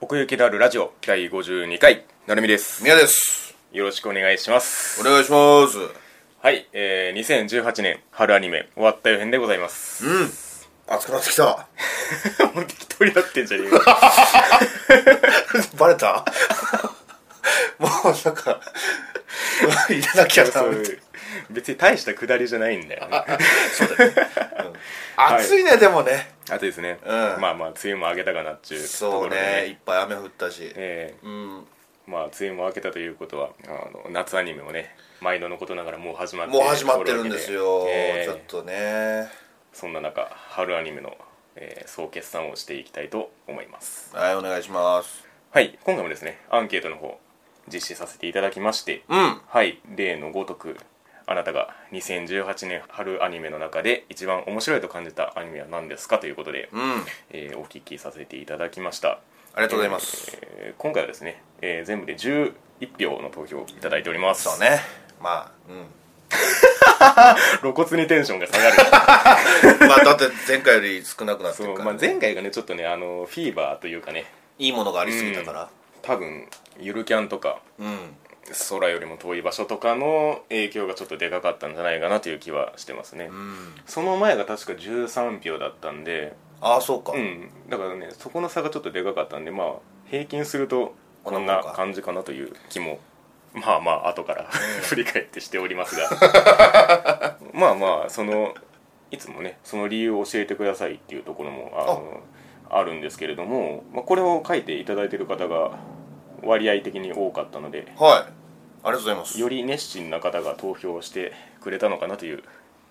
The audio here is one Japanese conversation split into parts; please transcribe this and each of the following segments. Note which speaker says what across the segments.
Speaker 1: 奥行きのあるラジオ第52回なるみです
Speaker 2: 宮です
Speaker 1: よろしくお願いします
Speaker 2: お願いしますう
Speaker 1: はい、えー、2018年春アニメ終わったよ編でござい ます
Speaker 2: ん熱くなってきた
Speaker 1: もう適当になってんじゃねえか
Speaker 2: バレた もうなんか 入れなきゃ な
Speaker 1: そう
Speaker 2: みたい
Speaker 1: 別に大したくだりじゃないんだよね
Speaker 2: な暑いね、でもね
Speaker 1: あとですね、
Speaker 2: ん
Speaker 1: まあまあ梅雨も明けたかなっちゅうとこ
Speaker 2: そう
Speaker 1: ろで
Speaker 2: ね
Speaker 1: ね
Speaker 2: いっぱい雨降ったし、
Speaker 1: えー
Speaker 2: うん
Speaker 1: まあ梅雨も明けたということはあの夏アニメもね毎度のことながらもう始まって
Speaker 2: もう始まってるんですよ、
Speaker 1: えー
Speaker 2: ちょっとね
Speaker 1: そんな中春アニメの、えー総決算をしていきたいと思います
Speaker 2: はいお願いします
Speaker 1: はい今回もですねアンケートの方実施させていただきまして
Speaker 2: うん
Speaker 1: はい例のごとくあなたが2018年春アニメの中で一番面白いと感じたアニメは何ですかということで、
Speaker 2: うんあ
Speaker 1: えーお聞きさせていただきました
Speaker 2: りがとうございます、
Speaker 1: えー今回はですね、えー全部で11票の投票をいただいております
Speaker 2: そうねまあう
Speaker 1: 露骨にテンションが下 がる
Speaker 2: ん まあだって前回より少なくなって
Speaker 1: そ
Speaker 2: る
Speaker 1: う、
Speaker 2: か
Speaker 1: ま
Speaker 2: ら、
Speaker 1: あ、前回がねちょっとねあのフィーバーというかね
Speaker 2: いいものがありすぎたから
Speaker 1: 多分ゆるキャンとか
Speaker 2: うん
Speaker 1: 空よりも遠い場所とかの影響がちょっとでかかったんじゃないかなという気はしてますね、
Speaker 2: うん
Speaker 1: その前が確か13票だったんで
Speaker 2: ああそうか、
Speaker 1: うんだからねそこの差がちょっとでかかったんでまあ平均するとこんな
Speaker 2: こんなもんか
Speaker 1: 感じかなという気もまあまあ後から 振り返ってしておりますが まあまあそのいつもねその理由を教えてくださいっていうところもあのあるんですけれども、まあ、これを書いていただいてる方が割合的に多かったので
Speaker 2: はいありがとうございます
Speaker 1: より熱心な方が投票してくれたのかなという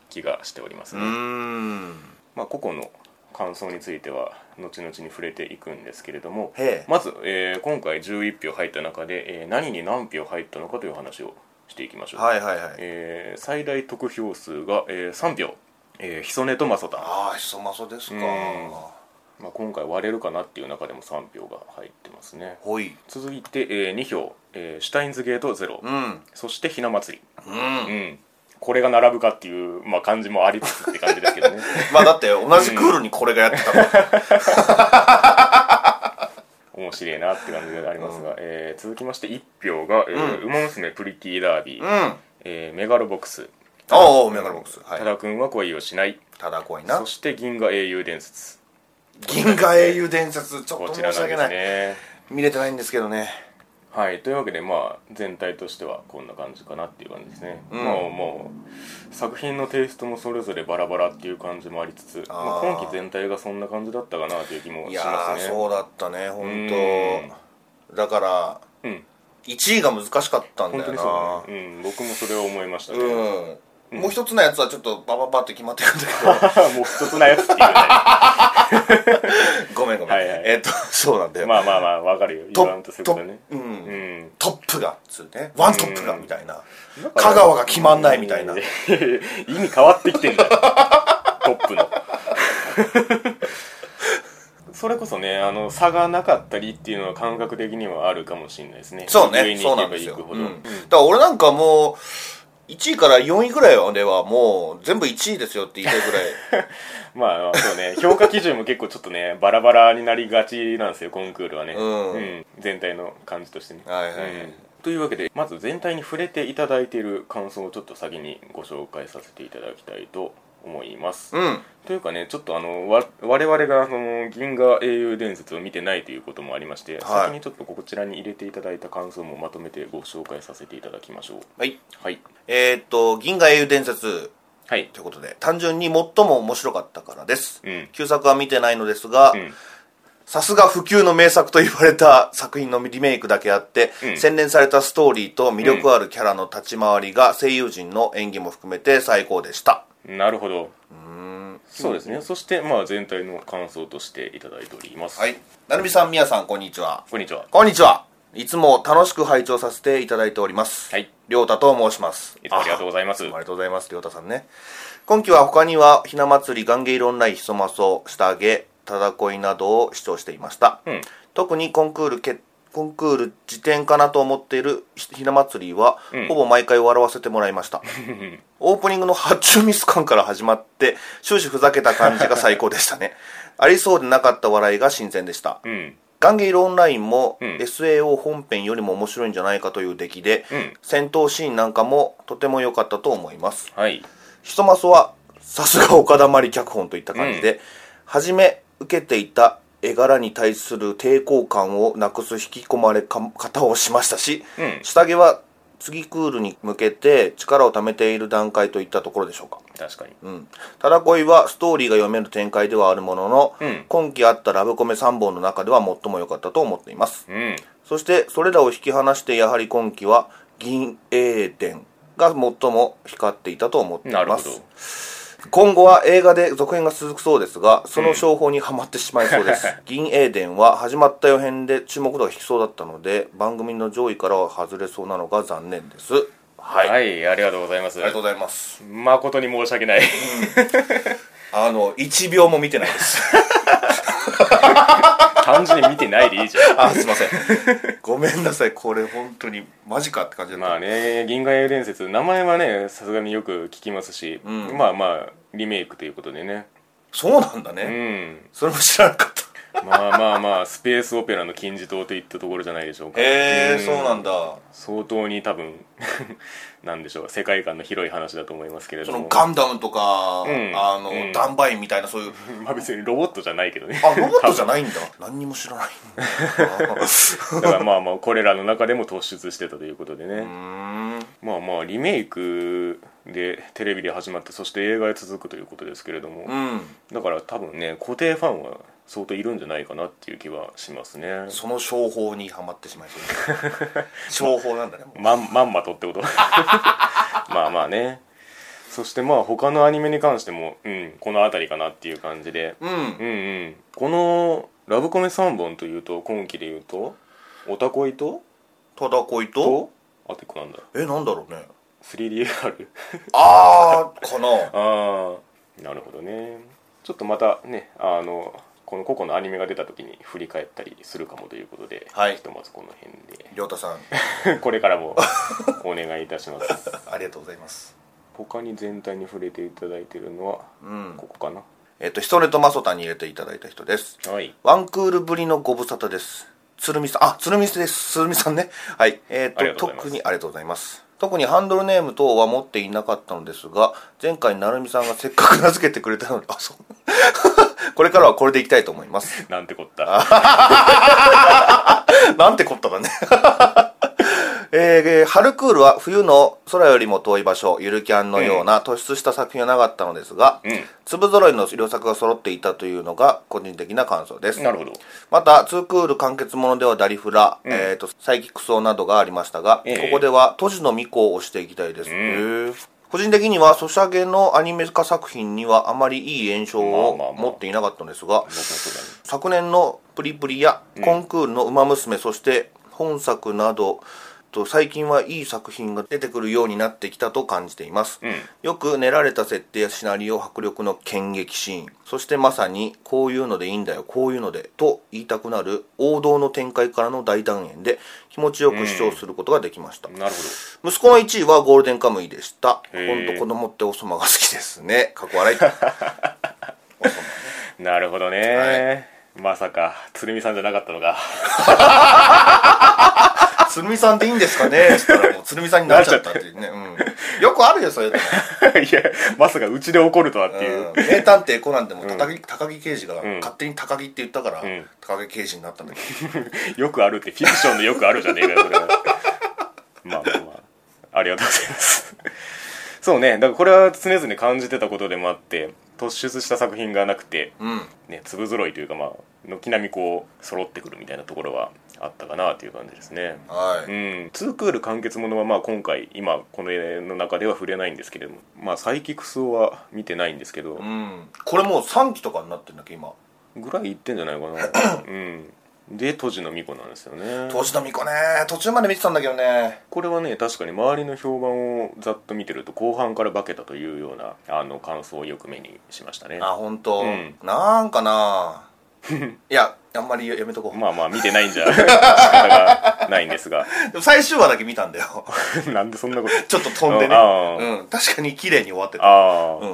Speaker 1: 気がしております
Speaker 2: う
Speaker 1: ね、
Speaker 2: ーん
Speaker 1: まあ、個々の感想については後々に触れていくんですけれども
Speaker 2: へえ
Speaker 1: まず、えー今回11票入った中で、えー何に何票入ったのかという話をしていきましょう、
Speaker 2: はいはいはい
Speaker 1: えー最大得票数が、えー3票、えー、ヒソネとマソタン、
Speaker 2: ああひそまそですか
Speaker 1: うんまあ、今回割れるかなっていう中でも3票が入ってますね
Speaker 2: ほい
Speaker 1: 続いて、え2票、えーシュタインズゲートゼロ、
Speaker 2: うん
Speaker 1: そしてひな祭り
Speaker 2: うん
Speaker 1: うん、これが並ぶかっていう、まあ、感じもありつつって感じですけど ね
Speaker 2: まあだって同じクールにこれがやってたから
Speaker 1: 面白いなって感じでありますが、えー続きまして1票が「えー
Speaker 2: う
Speaker 1: 馬娘プリティダービー」
Speaker 2: うん
Speaker 1: えーメガロボックス」
Speaker 2: おうおうメガロボックスはい
Speaker 1: ただくんは恋をしない」
Speaker 2: ただ怖いな
Speaker 1: そして「銀河英雄伝説
Speaker 2: 銀河英雄伝説」ちょっ
Speaker 1: ことちら
Speaker 2: 申
Speaker 1: な
Speaker 2: し
Speaker 1: んで
Speaker 2: 訳な
Speaker 1: す
Speaker 2: い
Speaker 1: ね
Speaker 2: 見れてないんですけどね
Speaker 1: はいというわけでまあ全体としてはこんな感じかなっていう感じですね、
Speaker 2: ん
Speaker 1: もうもう作品のテイストもそれぞれバラバラっていう感じもありつつまあ
Speaker 2: あー
Speaker 1: 今期全体がそんな感じだったかなという気も
Speaker 2: い
Speaker 1: し
Speaker 2: や
Speaker 1: ま
Speaker 2: ー
Speaker 1: すね
Speaker 2: そうだったね本
Speaker 1: う
Speaker 2: 当だから
Speaker 1: うん
Speaker 2: 1位が難しかったん
Speaker 1: 本
Speaker 2: だ
Speaker 1: 当
Speaker 2: よ
Speaker 1: に
Speaker 2: な
Speaker 1: そうだね、うん、僕もそれを思いましたね、 も
Speaker 2: うんもう一つのやつはちょっとバババって決まってくんだけど
Speaker 1: う一つなやつっていうね
Speaker 2: ごめんごめん、
Speaker 1: はいはい
Speaker 2: えっ、とそうなんだよ、
Speaker 1: まあまあまあわかるよ言
Speaker 2: ト
Speaker 1: わんとすることね
Speaker 2: ト,、う
Speaker 1: うんん
Speaker 2: トップがっつうねワントップがみたいな
Speaker 1: から
Speaker 2: 香川が決まんないみたいな
Speaker 1: うん 意味変わってきてんだよ トップの それこそねあの差がなかったりっていうのは感覚的にはあるかもしれないですね
Speaker 2: そう
Speaker 1: 上
Speaker 2: ね
Speaker 1: に
Speaker 2: そ
Speaker 1: 行
Speaker 2: うな
Speaker 1: け
Speaker 2: ん
Speaker 1: ば
Speaker 2: です
Speaker 1: 行
Speaker 2: よ、
Speaker 1: くほ
Speaker 2: う
Speaker 1: ど、
Speaker 2: んだから俺なんかもう1位から4位ぐらいまではもう全部1位ですよって言いたいぐ らい
Speaker 1: まあまあそうね評価基準も結構ちょっとねバラバラになりがちなんですよコンクールはね、
Speaker 2: うん
Speaker 1: 全体の感じとしてね、
Speaker 2: はいはいはい
Speaker 1: うんというわけでまず全体に触れていただいている感想をちょっと先にご紹介させていただきたいと思います、
Speaker 2: うん
Speaker 1: というかねちょっとあのわ我々がその銀河英雄伝説を見てないということもありまして、
Speaker 2: はい
Speaker 1: 先にちょっとこちらに入れていただいた感想もまとめてご紹介させていただきましょう
Speaker 2: はい
Speaker 1: はい
Speaker 2: えーっと「銀河英雄伝説
Speaker 1: はい」
Speaker 2: ということで単純に最も面白かったからです、
Speaker 1: うん
Speaker 2: 旧作は見てないのですが、
Speaker 1: うん
Speaker 2: さすが不朽の名作と言われた作品のリメイクだけあって、
Speaker 1: うん
Speaker 2: 洗練されたストーリーと魅力あるキャラの立ち回りが声優陣の演技も含めて最高でした。
Speaker 1: なるほどそうですねそしてまあ全体の感想としていただいております、
Speaker 2: はい。なるみさん、みやさん、こんにちは。
Speaker 1: こんにちは
Speaker 2: こんにちは。いつも楽しく拝聴させていただいております。
Speaker 1: はい。
Speaker 2: りょうたと申します。
Speaker 1: いつもありがとうございます
Speaker 2: あいつもありがとうございます、りょうたさんね。今期は他には、ひな祭り、ガンゲイロンライ、ひそまそ、下揚げ、ただこいなどを視聴していました。
Speaker 1: うん
Speaker 2: 特にコンクールけコンクール辞典かなと思っているひひな祭りは、
Speaker 1: ん
Speaker 2: ほぼ毎回笑わせてもらいました オープニングの発注ミス感から始まって 終始ふざけた感じが最高でしたねありそうでなかった笑いが新鮮でした
Speaker 1: うん
Speaker 2: ガンゲイルオンラインも
Speaker 1: うん
Speaker 2: SAO 本編よりも面白いんじゃないかという出来で、
Speaker 1: うん
Speaker 2: 戦闘シーンなんかもとても良かったと思います。
Speaker 1: はい
Speaker 2: ひとまそはさすが岡田まり脚本といった感じで、初め受けていた絵柄に対する抵抗感をなくす引き込まれか方をしましたし、
Speaker 1: うん
Speaker 2: 下着は次クールに向けて力を貯めている段階といったところでしょうか。
Speaker 1: 確かに
Speaker 2: うん。ただ恋はストーリーが読める展開ではあるものの、
Speaker 1: うん
Speaker 2: 今期あったラブコメ3本の中では最も良かったと思っています。
Speaker 1: うん
Speaker 2: そして、それらを引き離して、やはり今期は、銀英伝が最も光っていたと思ってい
Speaker 1: なる
Speaker 2: ま
Speaker 1: ほど
Speaker 2: す。今後は映画で続編が続くそうですが、その商法にはまってしまいそう です。銀英伝は始まった予編で注目度が引きそうだったので、番組の上位からは外れそうなのが残念です。はい。あ
Speaker 1: はい、ありがとうございます
Speaker 2: りがとうございます。
Speaker 1: 誠に申し訳ない
Speaker 2: あの、1秒も見てないです。
Speaker 1: 単純に見てないでいいじゃ
Speaker 2: あ、すいません。 ごめんなさい。これ本当に、マジかって感じだ
Speaker 1: ん
Speaker 2: った。
Speaker 1: まあね銀河英雄伝説名前はねさすがによく聞きますし、
Speaker 2: ん
Speaker 1: まあまあリメイクということでね
Speaker 2: そうなんだね。
Speaker 1: うん
Speaker 2: それも知らなかった。
Speaker 1: まあまあまあ スペースオペラの金字塔といったところじゃないでしょうか
Speaker 2: へえ
Speaker 1: ん
Speaker 2: そうなんだ
Speaker 1: 相当に多分 なんでしょう世界観の広い話だと思いますけれ
Speaker 2: そ
Speaker 1: ども
Speaker 2: のガンダムとか、
Speaker 1: ん
Speaker 2: あの、
Speaker 1: うん
Speaker 2: ダンバインみたいなそういう
Speaker 1: まあ別にロボットじゃないけどね
Speaker 2: あロボットじゃ
Speaker 1: い
Speaker 2: ないんだ何にも知らないんだ
Speaker 1: だからまあまあこれらの中でも突出してたということでね、
Speaker 2: うーん
Speaker 1: まあまあリメイクでテレビで始まってそして映画へ続くということですけれども、
Speaker 2: うん
Speaker 1: だから多分ね固定ファンは相当いるんじゃないかなっていう気はしますね
Speaker 2: その商法にはまってしまいそうだ 商法なんだねも
Speaker 1: まんまんまとってこと まあまあねそしてまあ他のアニメに関しても、うん、この辺りかなっていう感じで、
Speaker 2: ううん
Speaker 1: うんうんこのラブコメ3本というと今期でいうと「オタコイと」
Speaker 2: ただこいと
Speaker 1: とあと1個なんだ
Speaker 2: えなんだろうね
Speaker 1: 3DR
Speaker 2: ああかな
Speaker 1: ああなるほどねちょっとまたねあのこの個々のアニメが出た時に振り返ったりするかもということで、
Speaker 2: はい
Speaker 1: ひとまずこの辺
Speaker 2: 亮太さん
Speaker 1: で これからもお願いいたします
Speaker 2: ありがとうございます
Speaker 1: 他に全体に触れていただいてるのは
Speaker 2: うん
Speaker 1: ここかな、
Speaker 2: えっとヒソネとマソタに入れていただいた人です
Speaker 1: はい
Speaker 2: ワンクールぶりのご無沙汰です。鶴見さん、あ、鶴見です。鶴見さんね。はい。えっ、
Speaker 1: ありがと
Speaker 2: と、
Speaker 1: うございます
Speaker 2: 特にありがとうございます。特にハンドルネーム等は持っていなかったのですが、前回、なるみさんがせっかく名付けてくれたので、あ、そう。 これからはこれでいきたいと思います。
Speaker 1: なんてこった
Speaker 2: なんてこっただね。えーえー春クールは冬の空よりも遠い場所、ゆるキャンのような突出した作品はなかったのですが、
Speaker 1: うん
Speaker 2: 粒揃いの両作が揃っていたというのが個人的な感想です。
Speaker 1: なるほど
Speaker 2: また、ツークール完結ものではダリフラ、えーと、サイキクソなどがありましたが、
Speaker 1: ええ
Speaker 2: ここでは都市の巫女を推していきたいです。へえ個人的には、ソシャゲのアニメ化作品にはあまりいい印象を
Speaker 1: まあまあまあ
Speaker 2: 持っていなかったのですが
Speaker 1: 僕、もそうだね
Speaker 2: 昨年のプリプリや、コンクールの馬娘、そして本作など、と最近はいい作品が出てくるようになってきたと感じています。
Speaker 1: うん
Speaker 2: よく練られた設定やシナリオ、迫力の剣撃シーン、そしてまさに、こういうのでいいんだよ、こういうので、と言いたくなる王道の展開からの大断円で、気持ちよく視聴することができました。
Speaker 1: なる
Speaker 2: 息子の1位はゴールデンカムイでした。
Speaker 1: へ
Speaker 2: ほん
Speaker 1: ー
Speaker 2: と子供っておそまが好きですね。過去笑い。
Speaker 1: ほどなるほどね、まさか鶴見さんじゃなかったのか
Speaker 2: 鶴見さんでいいんですかねつったらもう鶴見さんになっちゃったっていうね。うん、よくあるよ、それでも。
Speaker 1: いやまさかうちで怒るとはっていう、
Speaker 2: うん名探偵コナンでも高木,、高木刑事が
Speaker 1: ん
Speaker 2: 勝手に高木って言ったから、
Speaker 1: ん
Speaker 2: 高木刑事になったんだけど。
Speaker 1: よくあるってフィクションでよくあるじゃねえかよこれはまあまあまあありがとうございますそうねだからこれは常々感じてたことでもあって突出した作品がなくて、
Speaker 2: うん。
Speaker 1: ね、粒揃いというかまあ軒並みこう揃ってくるみたいなところはあったかなという感じですね
Speaker 2: はい。
Speaker 1: うん、ツークール完結ものはまあ今回今この絵の中では触れないんですけれどもまあサイキクスは見てないんですけど
Speaker 2: うん、これもう3期とかになってんだっけ今
Speaker 1: ぐらいいってんじゃないかなうんで当時の巫女なんですよね
Speaker 2: 当時のみこね途中まで見てたんだけどね
Speaker 1: これはね確かに周りの評判をざっと見てると後半から化けたというようなあの感想をよく目にしましたね
Speaker 2: あ本当、
Speaker 1: うん
Speaker 2: なんかないやあんまりやめとこう、
Speaker 1: まあまあ見てないんじゃ仕方がないんですが
Speaker 2: でも最終話だけ見たんだよ
Speaker 1: なんでそんなこと
Speaker 2: ちょっと飛んでね
Speaker 1: あー
Speaker 2: うん、確かに綺麗に終わってた
Speaker 1: あ
Speaker 2: う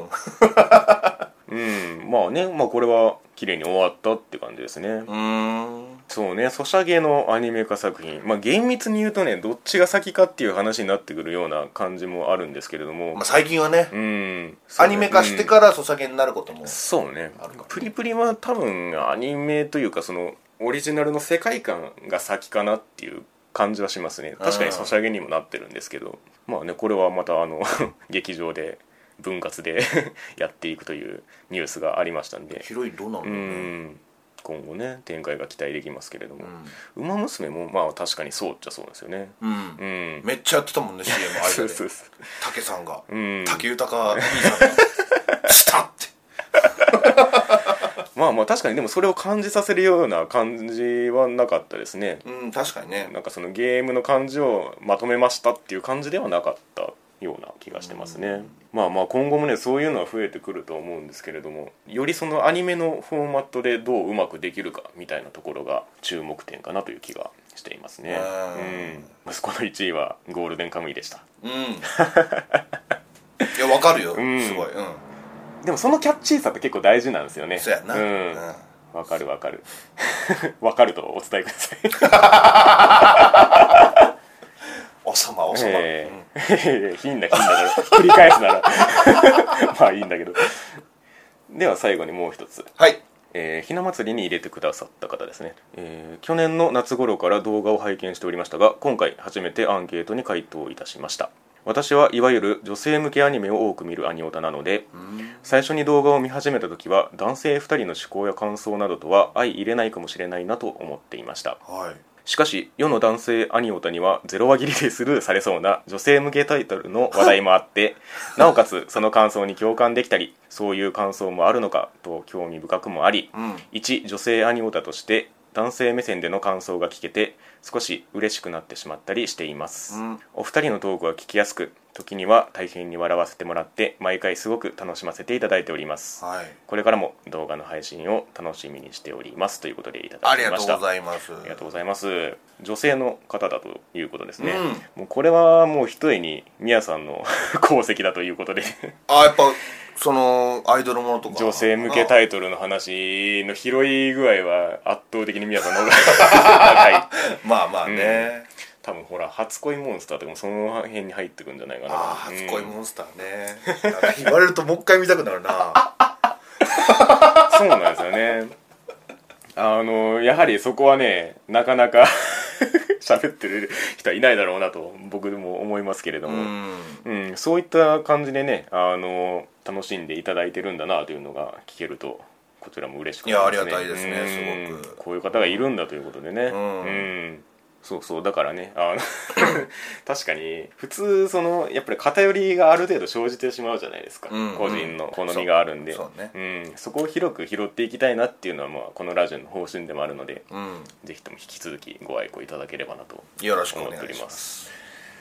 Speaker 1: あ
Speaker 2: ん、
Speaker 1: うんまあねまあこれは綺麗に終わったって感じですね
Speaker 2: うーん
Speaker 1: そうねソシャゲのアニメ化作品まあ厳密に言うとねどっちが先かっていう話になってくるような感じもあるんですけれども、
Speaker 2: まあ、最近はね、
Speaker 1: うん
Speaker 2: アニメ化して
Speaker 1: ら
Speaker 2: からソシャゲになることも、
Speaker 1: そうね
Speaker 2: あるかも
Speaker 1: プリプリは多分アニメというかそのオリジナルの世界観が先かなっていう感じはしますね確かにソシャゲにもなってるんですけどまあねこれはまたあの 劇場で分割で やっていくというニュースがありましたんで
Speaker 2: 広いどうなんだ
Speaker 1: う
Speaker 2: ろうね
Speaker 1: ん今後ね展開が期待できますけれども
Speaker 2: う
Speaker 1: 「
Speaker 2: ん
Speaker 1: ウマ娘」もまあ確かにそうっちゃそうですよね
Speaker 2: うん、
Speaker 1: うん
Speaker 2: めっちゃやってたもんね CM
Speaker 1: そ
Speaker 2: 間
Speaker 1: う
Speaker 2: で
Speaker 1: そうそう
Speaker 2: 武さんが、
Speaker 1: うん
Speaker 2: 竹豊兄さんが「した!」って
Speaker 1: まあまあ確かにでもそれを感じさせるような感じはなかったですね
Speaker 2: うん確かにね
Speaker 1: なんかそのゲームの感じをまとめましたっていう感じではなかったような気がしてますね、まあまあ今後もねそういうのは増えてくると思うんですけれどもよりそのアニメのフォーマットでどううまくできるかみたいなところが注目点かなという気がしていますねうん息子の1位はゴールデンカムイでした
Speaker 2: うんいやわかるよ、
Speaker 1: ん
Speaker 2: すごいうん
Speaker 1: でもそのキャッチーさって結構大事なんですよね
Speaker 2: そうやな、
Speaker 1: ん
Speaker 2: うん
Speaker 1: わかるわかる わかるとお伝えください
Speaker 2: おさまおさま、
Speaker 1: え え品だ品だから 繰り返すならまあいいんだけどでは最後にもう一つ、
Speaker 2: はい
Speaker 1: えーひな祭りに入れてくださった方ですね、えー去年の夏頃から動画を拝見しておりましたが今回初めてアンケートに回答いたしました私はいわゆる女性向けアニメを多く見るアニオタなので最初に動画を見始めた時は男性2人の思考や感想などとは相入れないかもしれないなと思っていました
Speaker 2: はい
Speaker 1: しかし世の男性アニオタにはゼロ輪切りでスルーされそうな女性向けタイトルの話題もあって なおかつその感想に共感できたりそういう感想もあるのかと興味深くもあり
Speaker 2: うん
Speaker 1: 一女性アニオタとして男性目線での感想が聞けて少し嬉しくなってしまったりしています、
Speaker 2: うん
Speaker 1: お二人のトークは聞きやすく時には大変に笑わせてもらって毎回すごく楽しませていただいております
Speaker 2: はい
Speaker 1: これからも動画の配信を楽しみにしておりますということでいただ
Speaker 2: あ
Speaker 1: き
Speaker 2: りが
Speaker 1: ま
Speaker 2: と
Speaker 1: し
Speaker 2: う
Speaker 1: た
Speaker 2: ございます
Speaker 1: ありがとうございます女性の方だということですね、
Speaker 2: うん
Speaker 1: もうこれはもうひとえにみやさんの 功績だという ことで
Speaker 2: あやっぱそのアイドルものとか
Speaker 1: 女性向け
Speaker 2: い
Speaker 1: タイトルの話の拾い具合は圧倒的にみやさんの方が 高い
Speaker 2: まあまあね、
Speaker 1: 多分ほら初恋モンスターとかもその辺に入ってくんじゃないかな
Speaker 2: ああ初恋
Speaker 1: うん
Speaker 2: モンスターね、なんか言われるともう一回見たくな るな
Speaker 1: そうなんですよねあのやはりそこはねなかなか 喋ってる人はいないだろうなと僕も思いますけれど
Speaker 2: う
Speaker 1: も、
Speaker 2: ん
Speaker 1: うん、そういった感じでね、あの楽しんでいただいてるんだなというのが聞けるとこちらも嬉しくなります
Speaker 2: いやありがたいですね
Speaker 1: うん
Speaker 2: すごく
Speaker 1: こういう方がいるんだということでね
Speaker 2: ん
Speaker 1: うんそうそうだからねあの 確かに普通そのやっぱり偏りがある程度生じてしまうじゃないですか、
Speaker 2: うん
Speaker 1: 個人の好みがあるんで、
Speaker 2: そうそう
Speaker 1: うん、そこを広く拾っていきたいなっていうのは、まあ、このラジオの方針でもあるので
Speaker 2: うん
Speaker 1: ぜひとも引き続きご愛顧いただければなと
Speaker 2: よろしくお
Speaker 1: 思って
Speaker 2: 願
Speaker 1: お
Speaker 2: い
Speaker 1: り
Speaker 2: しま
Speaker 1: ます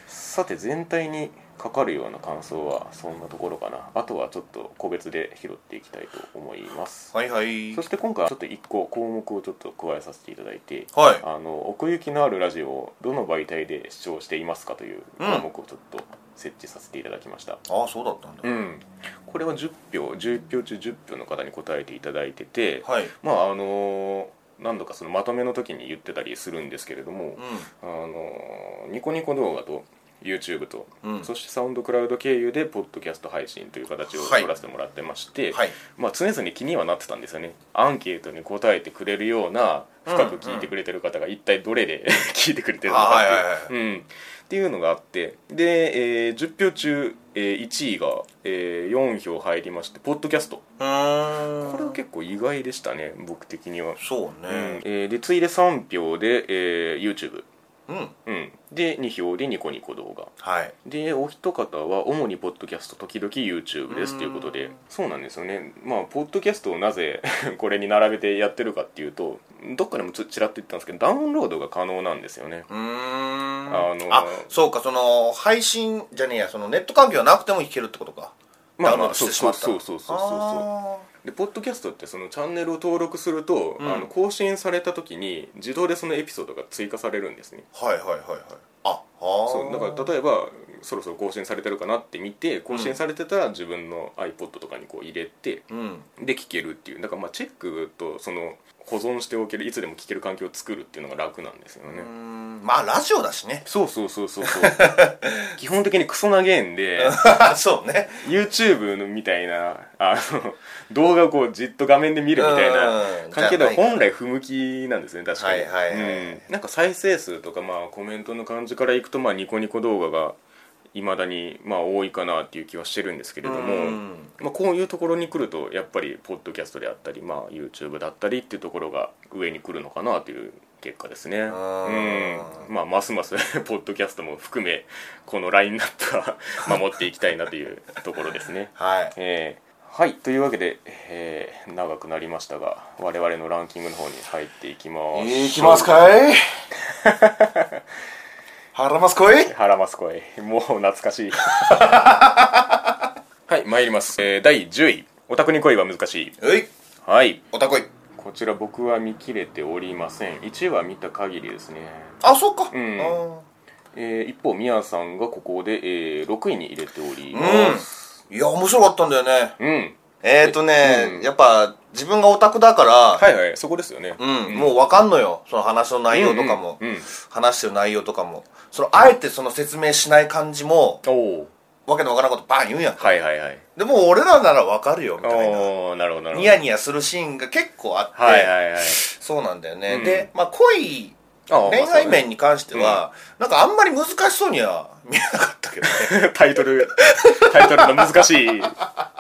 Speaker 1: すさて全体にかかるような感想はそんなところかなあとはちょっと個別で拾っていきたいと思います
Speaker 2: はいはい
Speaker 1: そして今回はちょっと1個項目をちょっと加えさせていただいて
Speaker 2: はい
Speaker 1: あの奥行きのあるラジオをどの媒体で視聴していますかという項目をちょっと設置させていただきました、
Speaker 2: ああそうだったんだ、
Speaker 1: うん、これは10票11票中10票の方に答えていただいてて、
Speaker 2: はいうん
Speaker 1: まああの何度かそのまとめの時に言ってたりするんですけれども、あのニコニコ動画と YouTube と、
Speaker 2: うん
Speaker 1: そしてサウンドクラウド経由でポッドキャスト配信という形を
Speaker 2: はい
Speaker 1: 取らせてもらってまして、
Speaker 2: はい
Speaker 1: まあ、常々気にはなってたんですよねアンケートに答えてくれるような深く聞いてくれてる方が一体どれで 聞いてくれてるのかっていううんっていうのがあってで、えー10票中、え1位が、え4票入りましてポッドキャスト
Speaker 2: うーん
Speaker 1: これは結構意外でしたね僕的には、
Speaker 2: そう
Speaker 1: うん
Speaker 2: ね
Speaker 1: えーで次いで3票で、えー YouTube
Speaker 2: うん、
Speaker 1: うん、で2票でニコニコ動画
Speaker 2: はい
Speaker 1: でお一方は主にポッドキャスト時々 YouTube ですということでそうなんですよねまあポッドキャストをなぜ これに並べてやってるかっていうとどっかでもちょちらっと言ったんですけどダウンロードが可能なんですよね
Speaker 2: うーん
Speaker 1: あのー
Speaker 2: あそうかその配信じゃねえやそのネット環境なくても聞けるってことか
Speaker 1: まあ
Speaker 2: ダウンロ
Speaker 1: まあ
Speaker 2: ードし
Speaker 1: そう
Speaker 2: てし
Speaker 1: そ
Speaker 2: ま
Speaker 1: うそう
Speaker 2: ったら
Speaker 1: そうそうそう
Speaker 2: あ
Speaker 1: でポッドキャストってそのチャンネルを登録すると、
Speaker 2: うん
Speaker 1: あの更新された時に自動でそのエピソードが追加されるんですね
Speaker 2: ーはいはいはいはいあはあ
Speaker 1: そうだから例えばそろそろ更新されてるかなって見て更新されてたら自分の iPod とかにこう入れて、
Speaker 2: うん
Speaker 1: で聴けるっていうだからまあチェックとその保存しておけるいつでも聴ける環境を作るっていうのが楽なんですよね、
Speaker 2: うんまあラジオだ しね
Speaker 1: そうそうそうそう そう基本的にクソ長えんで
Speaker 2: そうね
Speaker 1: YouTube のみたいなあの動画をこうじっと画面で見るみたい
Speaker 2: うん
Speaker 1: な関係では
Speaker 2: じゃない
Speaker 1: 本来不向きなんですね確かに、
Speaker 2: はいはいはい
Speaker 1: うん、なんか再生数とか、まあ、コメントの感じからいくと、まあ、ニコニコ動画がいまだに、まあ、多いかなっていう気はしてるんですけれども、
Speaker 2: うん
Speaker 1: まあ、こういうところに来るとやっぱりポッドキャストであったり、まあ、YouTube だったりっていうところが上に来るのかなという結果ですねうん
Speaker 2: ー
Speaker 1: まあますます ポッドキャストも含めこのラインナップは 守っていきたいなというところですね
Speaker 2: はい
Speaker 1: えーはいというわけで、えー長くなりましたが我々のランキングの方に入っていきます
Speaker 2: いきますかい腹ますこい
Speaker 1: 腹ます声もう懐か しいはい参ります、えー第10位「オタクに恋は難しい
Speaker 2: おい」
Speaker 1: はい
Speaker 2: おたこい
Speaker 1: こちら僕は見切れておりません1話見た限りですね、
Speaker 2: あそっかうん
Speaker 1: えー一方みやさんがここで、えー6位に入れておりま
Speaker 2: ん
Speaker 1: す
Speaker 2: いや面白かったんだよね
Speaker 1: うん、
Speaker 2: えーとね、
Speaker 1: うん
Speaker 2: やっぱ自分がオタクだから、
Speaker 1: はいはいそこですよね
Speaker 2: うん、もう分かんのよその話の内容とかも、
Speaker 1: うんうんうん
Speaker 2: 話してる内容とかもそのあえてその説明しない感じも
Speaker 1: おお
Speaker 2: わけのわからんことバン言うやん
Speaker 1: はいはいはい
Speaker 2: でも俺らならわかるよみたいな
Speaker 1: おおなるほどなるほど
Speaker 2: ニヤニヤするシーンが結構あって、
Speaker 1: はいはいはい
Speaker 2: そうなんだよね、
Speaker 1: うん
Speaker 2: で、まあ、恋
Speaker 1: あー
Speaker 2: 恋
Speaker 1: まあそう
Speaker 2: 愛
Speaker 1: ね
Speaker 2: 面に関しては、なんかあんまり難しそうには見えなかったけどね
Speaker 1: タイトルタイトルの難しいって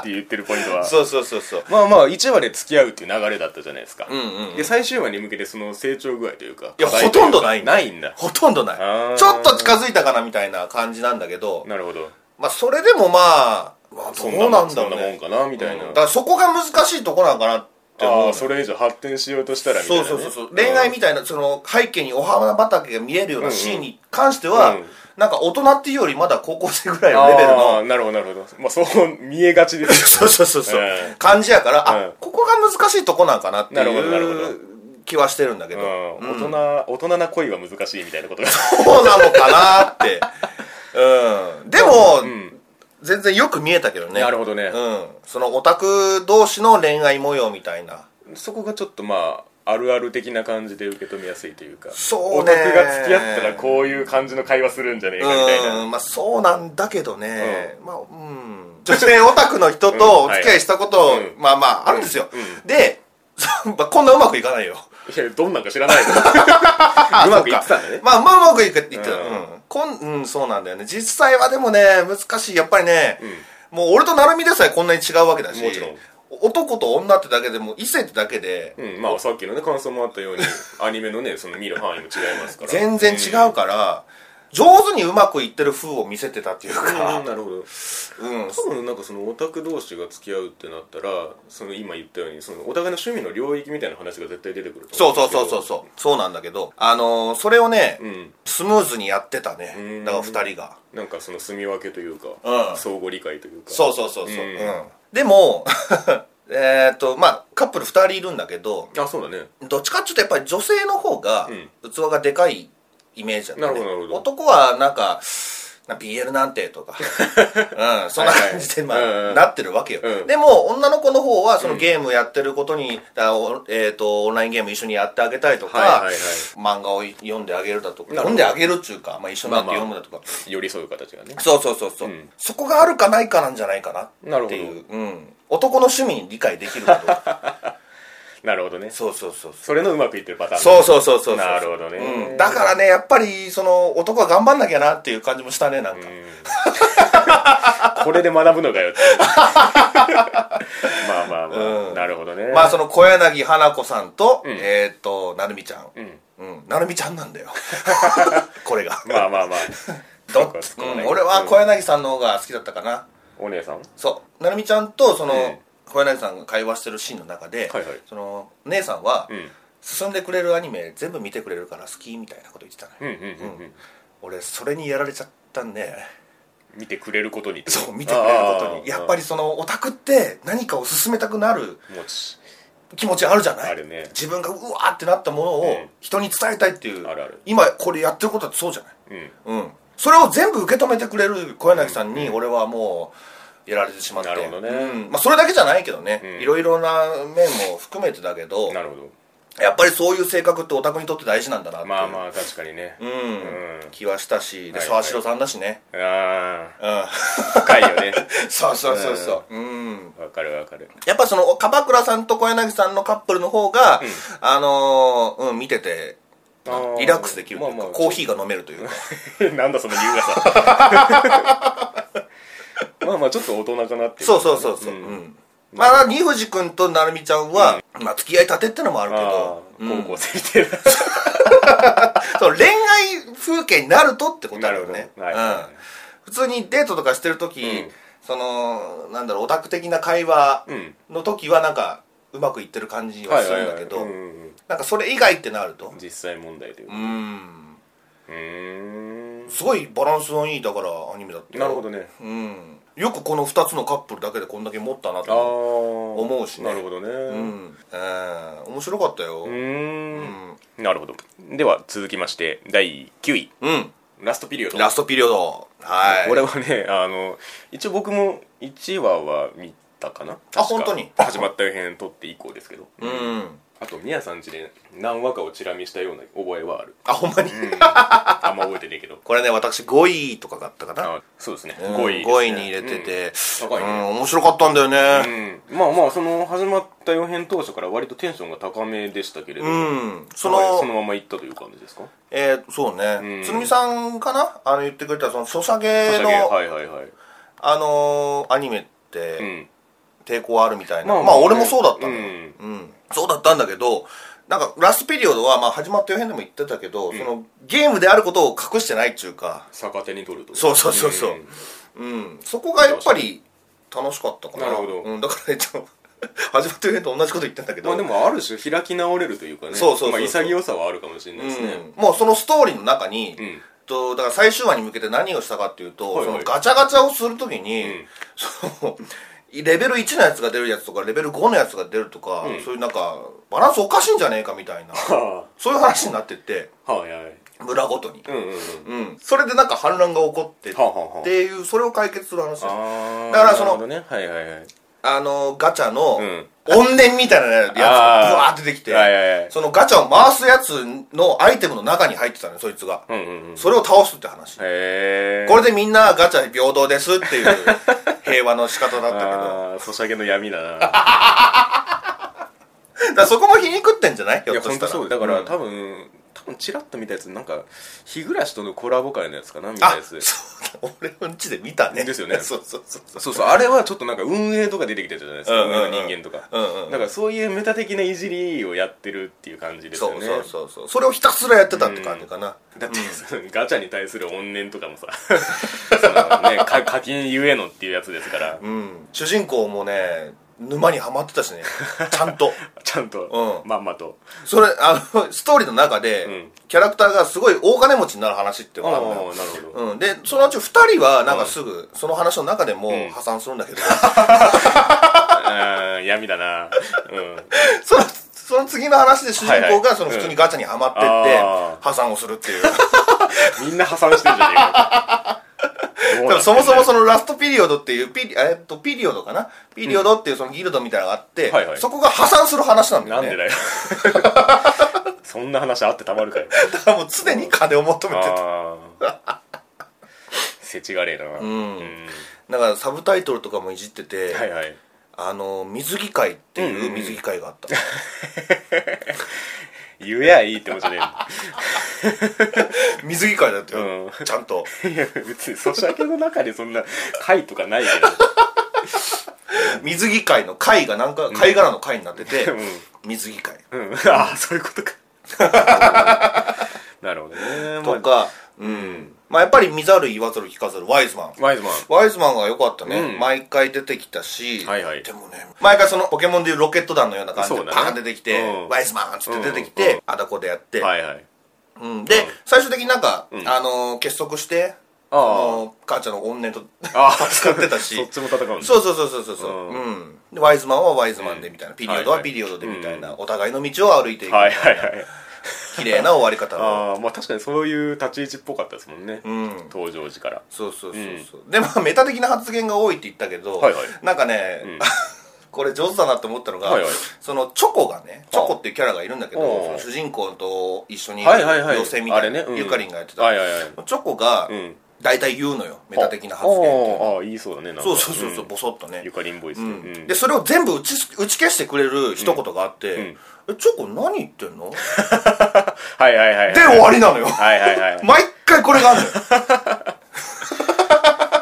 Speaker 1: 言ってるポイントは
Speaker 2: そうそうそうそう
Speaker 1: まあまあ1話で付き合うっていう流れだったじゃないですか、
Speaker 2: うんうんうん
Speaker 1: で最終話に向けてその成長具合というか
Speaker 2: いや
Speaker 1: 課題とう
Speaker 2: ほとんどないんだ
Speaker 1: ないんだ
Speaker 2: ほとんど
Speaker 1: あ
Speaker 2: な
Speaker 1: ー
Speaker 2: いちょっと近づいたかなみたいな感じなんだけど
Speaker 1: なるほど
Speaker 2: まあそれでもまあ、まあ、ど
Speaker 1: そうな
Speaker 2: な
Speaker 1: ん
Speaker 2: んだ
Speaker 1: だ
Speaker 2: ろ
Speaker 1: ろう、
Speaker 2: うね
Speaker 1: ね、そんなもんかなみたいな、
Speaker 2: だからそこが難しいとこなんかなって思う
Speaker 1: あ
Speaker 2: の
Speaker 1: あそれ以上発展しようとしたらみたい
Speaker 2: そ
Speaker 1: な、
Speaker 2: う
Speaker 1: ね、
Speaker 2: そうそうそう恋愛みたいなその背景にお花畑が見えるようなシーンに関しては、
Speaker 1: うんうん
Speaker 2: なんか大人っていうよりまだ高校生ぐらい
Speaker 1: た
Speaker 2: のレベル
Speaker 1: ああ
Speaker 2: の
Speaker 1: なるほどなるほどまあそう見えがちです
Speaker 2: そうそうそうそう、
Speaker 1: ええ
Speaker 2: 感じやから、あ
Speaker 1: うん
Speaker 2: ここが難しいとこなんかなって
Speaker 1: なるほどなるほ
Speaker 2: いう気はしてるんだけ
Speaker 1: う
Speaker 2: ど、
Speaker 1: ん、
Speaker 2: うん
Speaker 1: 大人大人な恋は難しいみたいな ことが
Speaker 2: そうなのかな って、うん、でも、
Speaker 1: うん
Speaker 2: 全然よく見えたけどね
Speaker 1: なるほどね
Speaker 2: うん、そのオタク同士の恋愛模様みたいな
Speaker 1: そこがちょっとまああるある的な感じで受け止めやすいというか
Speaker 2: そうね
Speaker 1: オタクが付き合ったらこういう感じの会話するんじゃねえかみたいな
Speaker 2: うんまあそうなんだけどね、まあうん女性オタクの人とお付き合いしたこと、
Speaker 1: うんはい
Speaker 2: まあまああるんですよ、
Speaker 1: うんう
Speaker 2: で、 まあ、こんなうまくいかないよ
Speaker 1: いやどんなんか知らない けどうまくいってたんだね
Speaker 2: まあまあうまくいくいってた、う
Speaker 1: うん
Speaker 2: んこんうん、そうなんだよね実際はでもね難しいやっぱりね、もう俺と成美でさえこんなに違うわけだし
Speaker 1: もちろん
Speaker 2: 男と女ってだけでも異性ってだけで、
Speaker 1: うん、まあさっきのね感想もあったようにアニメのねその見る範囲も違いますから
Speaker 2: 全然違うから、上手にうまくいってる風を見せてたっていう
Speaker 1: うん、
Speaker 2: か、
Speaker 1: なるほど
Speaker 2: うん、
Speaker 1: 多分なんかそのオタク同士が付き合うってなったらその今言ったようにそのお互いの趣味の領域みたいな話が絶対出てくると
Speaker 2: そう
Speaker 1: 思
Speaker 2: そう
Speaker 1: ですけど
Speaker 2: そうそうそうそうなんだけどあのーそれをね、
Speaker 1: ん
Speaker 2: スムーズにやってたね
Speaker 1: うん
Speaker 2: だから2人が
Speaker 1: なんかその住み分けというか、
Speaker 2: うん
Speaker 1: 相互理解というか
Speaker 2: そううそうそうそう、
Speaker 1: ん
Speaker 2: うんでも えっとまあカップル2人いるんだけど
Speaker 1: あそうだね
Speaker 2: どっちかっていうとやっぱり女性の方が器がでかいイメージだった、
Speaker 1: な
Speaker 2: ね
Speaker 1: るほどなるほど
Speaker 2: 男はなんかな BL なんて とか、うん、そんな感じで、まあ
Speaker 1: うんうん
Speaker 2: なってるわけよ、
Speaker 1: うん
Speaker 2: でも女の子の方はそのゲームやってることに、だおえー、とオンラインゲーム一緒にやってあげたいとか、
Speaker 1: はいはいはい
Speaker 2: 漫画を読んであげるだとか
Speaker 1: なるほど
Speaker 2: 読んであげるっちゅうか、まあ、一緒になって読むだとか、
Speaker 1: 寄り添う形がね
Speaker 2: そうそうそうそう、
Speaker 1: うん
Speaker 2: そこがあるかないかなんじゃないかなっていう、うん、男の趣味に理解できるかどう か
Speaker 1: なるほどね
Speaker 2: そうそうそうそう
Speaker 1: それのうまくいってるパターン
Speaker 2: そうそうそうそうそう
Speaker 1: なるほどね
Speaker 2: うんだからねやっぱりその男は頑張んなきゃなっていう感じもしたねなんか、
Speaker 1: これで学ぶのかよって まあまあまあ、
Speaker 2: うん
Speaker 1: なるほどね
Speaker 2: まあその小柳花子さんと、
Speaker 1: ん
Speaker 2: えっ、となるみちゃん
Speaker 1: う、ん
Speaker 2: うんなるみちゃんなん だよこれが
Speaker 1: まあまあまあ そ
Speaker 2: ど
Speaker 1: うかそうこね
Speaker 2: ん、俺は小柳さんの方が好きだったかな、
Speaker 1: お姉さん
Speaker 2: そうなるみちゃんとその、
Speaker 1: うん
Speaker 2: 小柳さんが会話してるシーンの中で、
Speaker 1: はいはい
Speaker 2: その姉さんは、
Speaker 1: うん
Speaker 2: 進んでくれるアニメ全部見てくれるから好きみたいなこと言ってたのよ、
Speaker 1: うんうんうんうん
Speaker 2: 俺それにやられちゃったんで
Speaker 1: 見てくれることにってこと
Speaker 2: そう見てくれること
Speaker 1: あ
Speaker 2: に
Speaker 1: ー
Speaker 2: やっぱりそのオタクって何かを進めたくなる
Speaker 1: 持ち
Speaker 2: 気持ちあるじゃない
Speaker 1: あるね
Speaker 2: 自分がうわーってなったもの
Speaker 1: う
Speaker 2: を
Speaker 1: ん
Speaker 2: 人に伝えたいっていう、
Speaker 1: あるある
Speaker 2: 今これやってることってそうじゃない
Speaker 1: うん
Speaker 2: うんそれを全部受け止めてくれる小柳さんに俺はもうやられてしまって、
Speaker 1: なるほどね
Speaker 2: うんまあ、それだけじゃないけどね、
Speaker 1: うん
Speaker 2: いろいろな面も含めてだけど
Speaker 1: なるほ
Speaker 2: やっぱりそういう性格ってオタクにとって大事なんだなってい
Speaker 1: ど
Speaker 2: う、
Speaker 1: まあまあ確かにね
Speaker 2: うん
Speaker 1: うん
Speaker 2: 気はしたしで
Speaker 1: はい
Speaker 2: 沢城さんだしね、
Speaker 1: ああ
Speaker 2: うん、
Speaker 1: 深いよ ね
Speaker 2: そうそうそうそう、うん、
Speaker 1: わかるわかる
Speaker 2: やっぱその鎌倉さんと小柳さんのカップルの方が、
Speaker 1: ん
Speaker 2: あのーうん、見てて
Speaker 1: あー
Speaker 2: リラックスできるというか、
Speaker 1: まあまあ
Speaker 2: コーヒーが飲めるというか
Speaker 1: なんだその優雅さ まあまあちょっと大人かなってい
Speaker 2: そうそうそうそう、うんまあ、二藤君と成美ちゃんは、まあ、付き合いたてってのもあるけ
Speaker 1: あ
Speaker 2: ど、
Speaker 1: あ
Speaker 2: うん
Speaker 1: 高校生みたいな
Speaker 2: そう恋愛風景になるとってことだよね、
Speaker 1: なるほどはいはいはい
Speaker 2: うん、普通にデートとかしてる時、
Speaker 1: ん
Speaker 2: そのなんだろうオタク的な会話
Speaker 1: うん
Speaker 2: の時はなんかうまくいってる感じはするんだけど、
Speaker 1: はいはいはいうんうん
Speaker 2: なんかそれ以外ってなると
Speaker 1: うん実際問題という
Speaker 2: う
Speaker 1: か
Speaker 2: ん
Speaker 1: うーん
Speaker 2: すごいバランスのいいだからアニメだって
Speaker 1: なるほどね
Speaker 2: うん、よくこの2つのカップルだけでこんだけ持ったな
Speaker 1: ああ
Speaker 2: と思う
Speaker 1: 思
Speaker 2: うしね
Speaker 1: なるほどね
Speaker 2: う、
Speaker 1: うん
Speaker 2: えー面白かったようん、
Speaker 1: ーんなるほどでは続きまして第9位ラストピリオド
Speaker 2: ラストピリオドはい
Speaker 1: これはねあの一応僕も1話は見たかな確か
Speaker 2: 本当に
Speaker 1: 始まった予編撮って以降ですけど
Speaker 2: うん
Speaker 1: あと宮さんちで何話かをチラ見したような覚えはある
Speaker 2: あほんまに、
Speaker 1: あんま覚えてないけど
Speaker 2: これね私5位とかだったかな、
Speaker 1: あそうですね
Speaker 2: うん
Speaker 1: 5位ですね
Speaker 2: 5位に入れてて、
Speaker 1: うん
Speaker 2: う
Speaker 1: 高
Speaker 2: ん
Speaker 1: いね
Speaker 2: 面白かったんだよ
Speaker 1: う
Speaker 2: ね
Speaker 1: んまあまあその始まった予編当初から割とテンションが高めでしたけれど
Speaker 2: う
Speaker 1: も
Speaker 2: ん、そ
Speaker 1: はいそ
Speaker 2: の
Speaker 1: のまま行ったという感じですか
Speaker 2: えーそうね、
Speaker 1: うん
Speaker 2: つるみさんかなあの言ってくれたそのソシャゲの、
Speaker 1: はいはいはい
Speaker 2: あのーアニメっ
Speaker 1: う
Speaker 2: て
Speaker 1: ん
Speaker 2: 抵抗あるみたいな、
Speaker 1: まあま
Speaker 2: まあ
Speaker 1: あね
Speaker 2: 俺もそうだったのよ、う
Speaker 1: うん
Speaker 2: そうだったんだけどなんかラストピリオドはまあ始まった予変でも言ってたけど、そのゲームであることを隠してないっていうか、
Speaker 1: 逆手に取ると
Speaker 2: そうそうそうそううん、そこがやっぱり楽しかったかな
Speaker 1: なるほど
Speaker 2: うん、だからねちょっと 始まった予変と同じこと言ってんだけど、
Speaker 1: まあでもある種開き直れるというかね
Speaker 2: そうそうそうそう
Speaker 1: まあ潔さはあるかもしれないですね
Speaker 2: うんもうそのストーリーの中に、
Speaker 1: ん
Speaker 2: とだから最終話に向けて何をしたかっていうと、
Speaker 1: はいはい
Speaker 2: そのガチャガチャをするときに、
Speaker 1: ん
Speaker 2: その レベル1のやつが出るやつとかレベル5のやつが出るとか、
Speaker 1: うん
Speaker 2: そういうなんかバランスおかしいんじゃねえかみたいな
Speaker 1: は
Speaker 2: そういう話になってって
Speaker 1: あはいはい
Speaker 2: 村ごとに、
Speaker 1: うんうんうん
Speaker 2: うんそれでなんか反乱が起こってっ
Speaker 1: はあはあはあ
Speaker 2: ていうそれを解決する話あ
Speaker 1: あー
Speaker 2: だからその
Speaker 1: なるほどねはいはいはい
Speaker 2: のガチャの、
Speaker 1: うん
Speaker 2: 怨念みたいなやつがブワーって出てきて、
Speaker 1: はいはいはい
Speaker 2: そのガチャを回すやつのアイテムの中に入ってたのよそいつが、
Speaker 1: うんうんうん
Speaker 2: それを倒すって話、
Speaker 1: へえ
Speaker 2: これでみんなガチャ平等ですっていう 平和の仕方だったけど
Speaker 1: ああソシャゲの闇だな
Speaker 2: だからそこも皮肉ってんじゃないひ
Speaker 1: い
Speaker 2: ょ
Speaker 1: や
Speaker 2: っと
Speaker 1: 本
Speaker 2: し
Speaker 1: 当
Speaker 2: たら
Speaker 1: そうだから、
Speaker 2: ん
Speaker 1: 多分多分チラッと見たやつなんか日暮とのコラボ会のやつかなみたいな
Speaker 2: あ
Speaker 1: やつ
Speaker 2: そ
Speaker 1: で
Speaker 2: うだ俺の家で見たね
Speaker 1: ですよね
Speaker 2: そうそうそうそ
Speaker 1: そ
Speaker 2: う
Speaker 1: うそうあれはちょっとなんか運営とか出てきてたじゃないですか、
Speaker 2: うんうんうん
Speaker 1: 運営の人間とか、
Speaker 2: うんうん
Speaker 1: だからそういうメタ的ないじりをやってるっていう感じですよ
Speaker 2: そう
Speaker 1: ね
Speaker 2: そうそうそうそれをひたすらやってたって感じかな、
Speaker 1: だって、そのガチャに対する怨念とかもさ その、ね、か課金ゆえのっていうやつですから、
Speaker 2: うん主人公もね沼にはまってたしね ちゃんと
Speaker 1: ちゃんと、
Speaker 2: う
Speaker 1: まんまと
Speaker 2: それあのストーリーの中で、
Speaker 1: ん
Speaker 2: キャラクターがすごい大金持ちになる話っていう
Speaker 1: あ
Speaker 2: の
Speaker 1: あ
Speaker 2: が
Speaker 1: な
Speaker 2: あ
Speaker 1: る
Speaker 2: るのよ
Speaker 1: ほど、
Speaker 2: うん、でそのうち2人はなんかすぐその話の中でも
Speaker 1: ん
Speaker 2: 破産するんだけど、
Speaker 1: あー闇だなうん
Speaker 2: そのその次の話で主人公
Speaker 1: はいは
Speaker 2: が
Speaker 1: い
Speaker 2: その普通にガチャにはまってって、
Speaker 1: あー
Speaker 2: 破産をするっていう
Speaker 1: みんな破産してるじゃねえかどう
Speaker 2: で
Speaker 1: なってんだよ
Speaker 2: もそもそもそのラストピリオドっていうピリ,、えっと、ピリオドかなピリオドっていうそのギルドみたいなのがあって、
Speaker 1: はいはい
Speaker 2: そこが破産する話なんだ
Speaker 1: な
Speaker 2: よ
Speaker 1: んで
Speaker 2: ね
Speaker 1: だよ そんな話あってたまるかよ
Speaker 2: だからもう常に金を求めてた
Speaker 1: ああせちがれえなうん、
Speaker 2: だからサブタイトルとかもいじってて、
Speaker 1: はいはい
Speaker 2: あの水着会っていう水着会があった、
Speaker 1: 言えやいいってもんじゃね
Speaker 2: 水着会だったよ、
Speaker 1: う
Speaker 2: ちゃんと
Speaker 1: えのいや別にソシャゲの中でそんな会とかないけど
Speaker 2: 水着会の会がなんか貝殻の会になってて、
Speaker 1: うん
Speaker 2: 水着会
Speaker 1: うん、ああそういうことか なるほどね
Speaker 2: と
Speaker 1: まあ
Speaker 2: か、うんまあ、やっぱり見ざる言わざる聞かざるワイズマン
Speaker 1: ワイズマン
Speaker 2: ワイズマンが良かったね、
Speaker 1: うん
Speaker 2: 毎回出てきたし、
Speaker 1: はいはい
Speaker 2: でもね毎回そのポケモンでいうロケット団のような感じで
Speaker 1: そうだ
Speaker 2: パ
Speaker 1: ね
Speaker 2: ーン出てきて、
Speaker 1: うん
Speaker 2: ワイズマンっつって出てきて、
Speaker 1: うんうんうん
Speaker 2: あだこでやって、
Speaker 1: はいはい
Speaker 2: うんで最終的になんか、
Speaker 1: ん
Speaker 2: あのー結束して
Speaker 1: ああ
Speaker 2: その母ちゃんの怨念と
Speaker 1: ああ
Speaker 2: 使ってた し
Speaker 1: そっちも戦うんだ
Speaker 2: そうそうそうそうそうそう、
Speaker 1: う
Speaker 2: うんでワイズマンはワイズマンでみたいな、ピリオドはピリオドでみたいな、お互いの道を歩いていくみた
Speaker 1: は
Speaker 2: いな、
Speaker 1: いはいはい
Speaker 2: 綺麗な終わり方の
Speaker 1: ああまあ確かにそういう立ち位置っぽかったですもんね、
Speaker 2: うん
Speaker 1: 登場時から
Speaker 2: そうそうそうそう、でまあメタ的な発言が多いって言ったけど、
Speaker 1: はいはい
Speaker 2: なんかね、
Speaker 1: ん
Speaker 2: これ上手だなと思ったのが、
Speaker 1: はいはい
Speaker 2: そのチョコがねチョコっていうキャラがいるんだけど
Speaker 1: おう
Speaker 2: その主人公と一緒に
Speaker 1: はいはいはい
Speaker 2: 寄せみたいな、
Speaker 1: あれねうん
Speaker 2: ゆかりんがやってた、
Speaker 1: はいはいはい
Speaker 2: チョコが
Speaker 1: うん
Speaker 2: 大体言うのよ、メタ的な発言っていうのは
Speaker 1: ああああ言いそうだねなんか
Speaker 2: そうそうそうそう、
Speaker 1: ん
Speaker 2: ボソッとね
Speaker 1: ゆかりんボイス、
Speaker 2: う
Speaker 1: うんん
Speaker 2: でそれを全部打ち打ち消してくれる一言があって「えチョコ何言ってん
Speaker 1: は
Speaker 2: の?」
Speaker 1: いはいはいはい
Speaker 2: で終わりなのよ
Speaker 1: はいはいはい
Speaker 2: 毎回これがあるのよ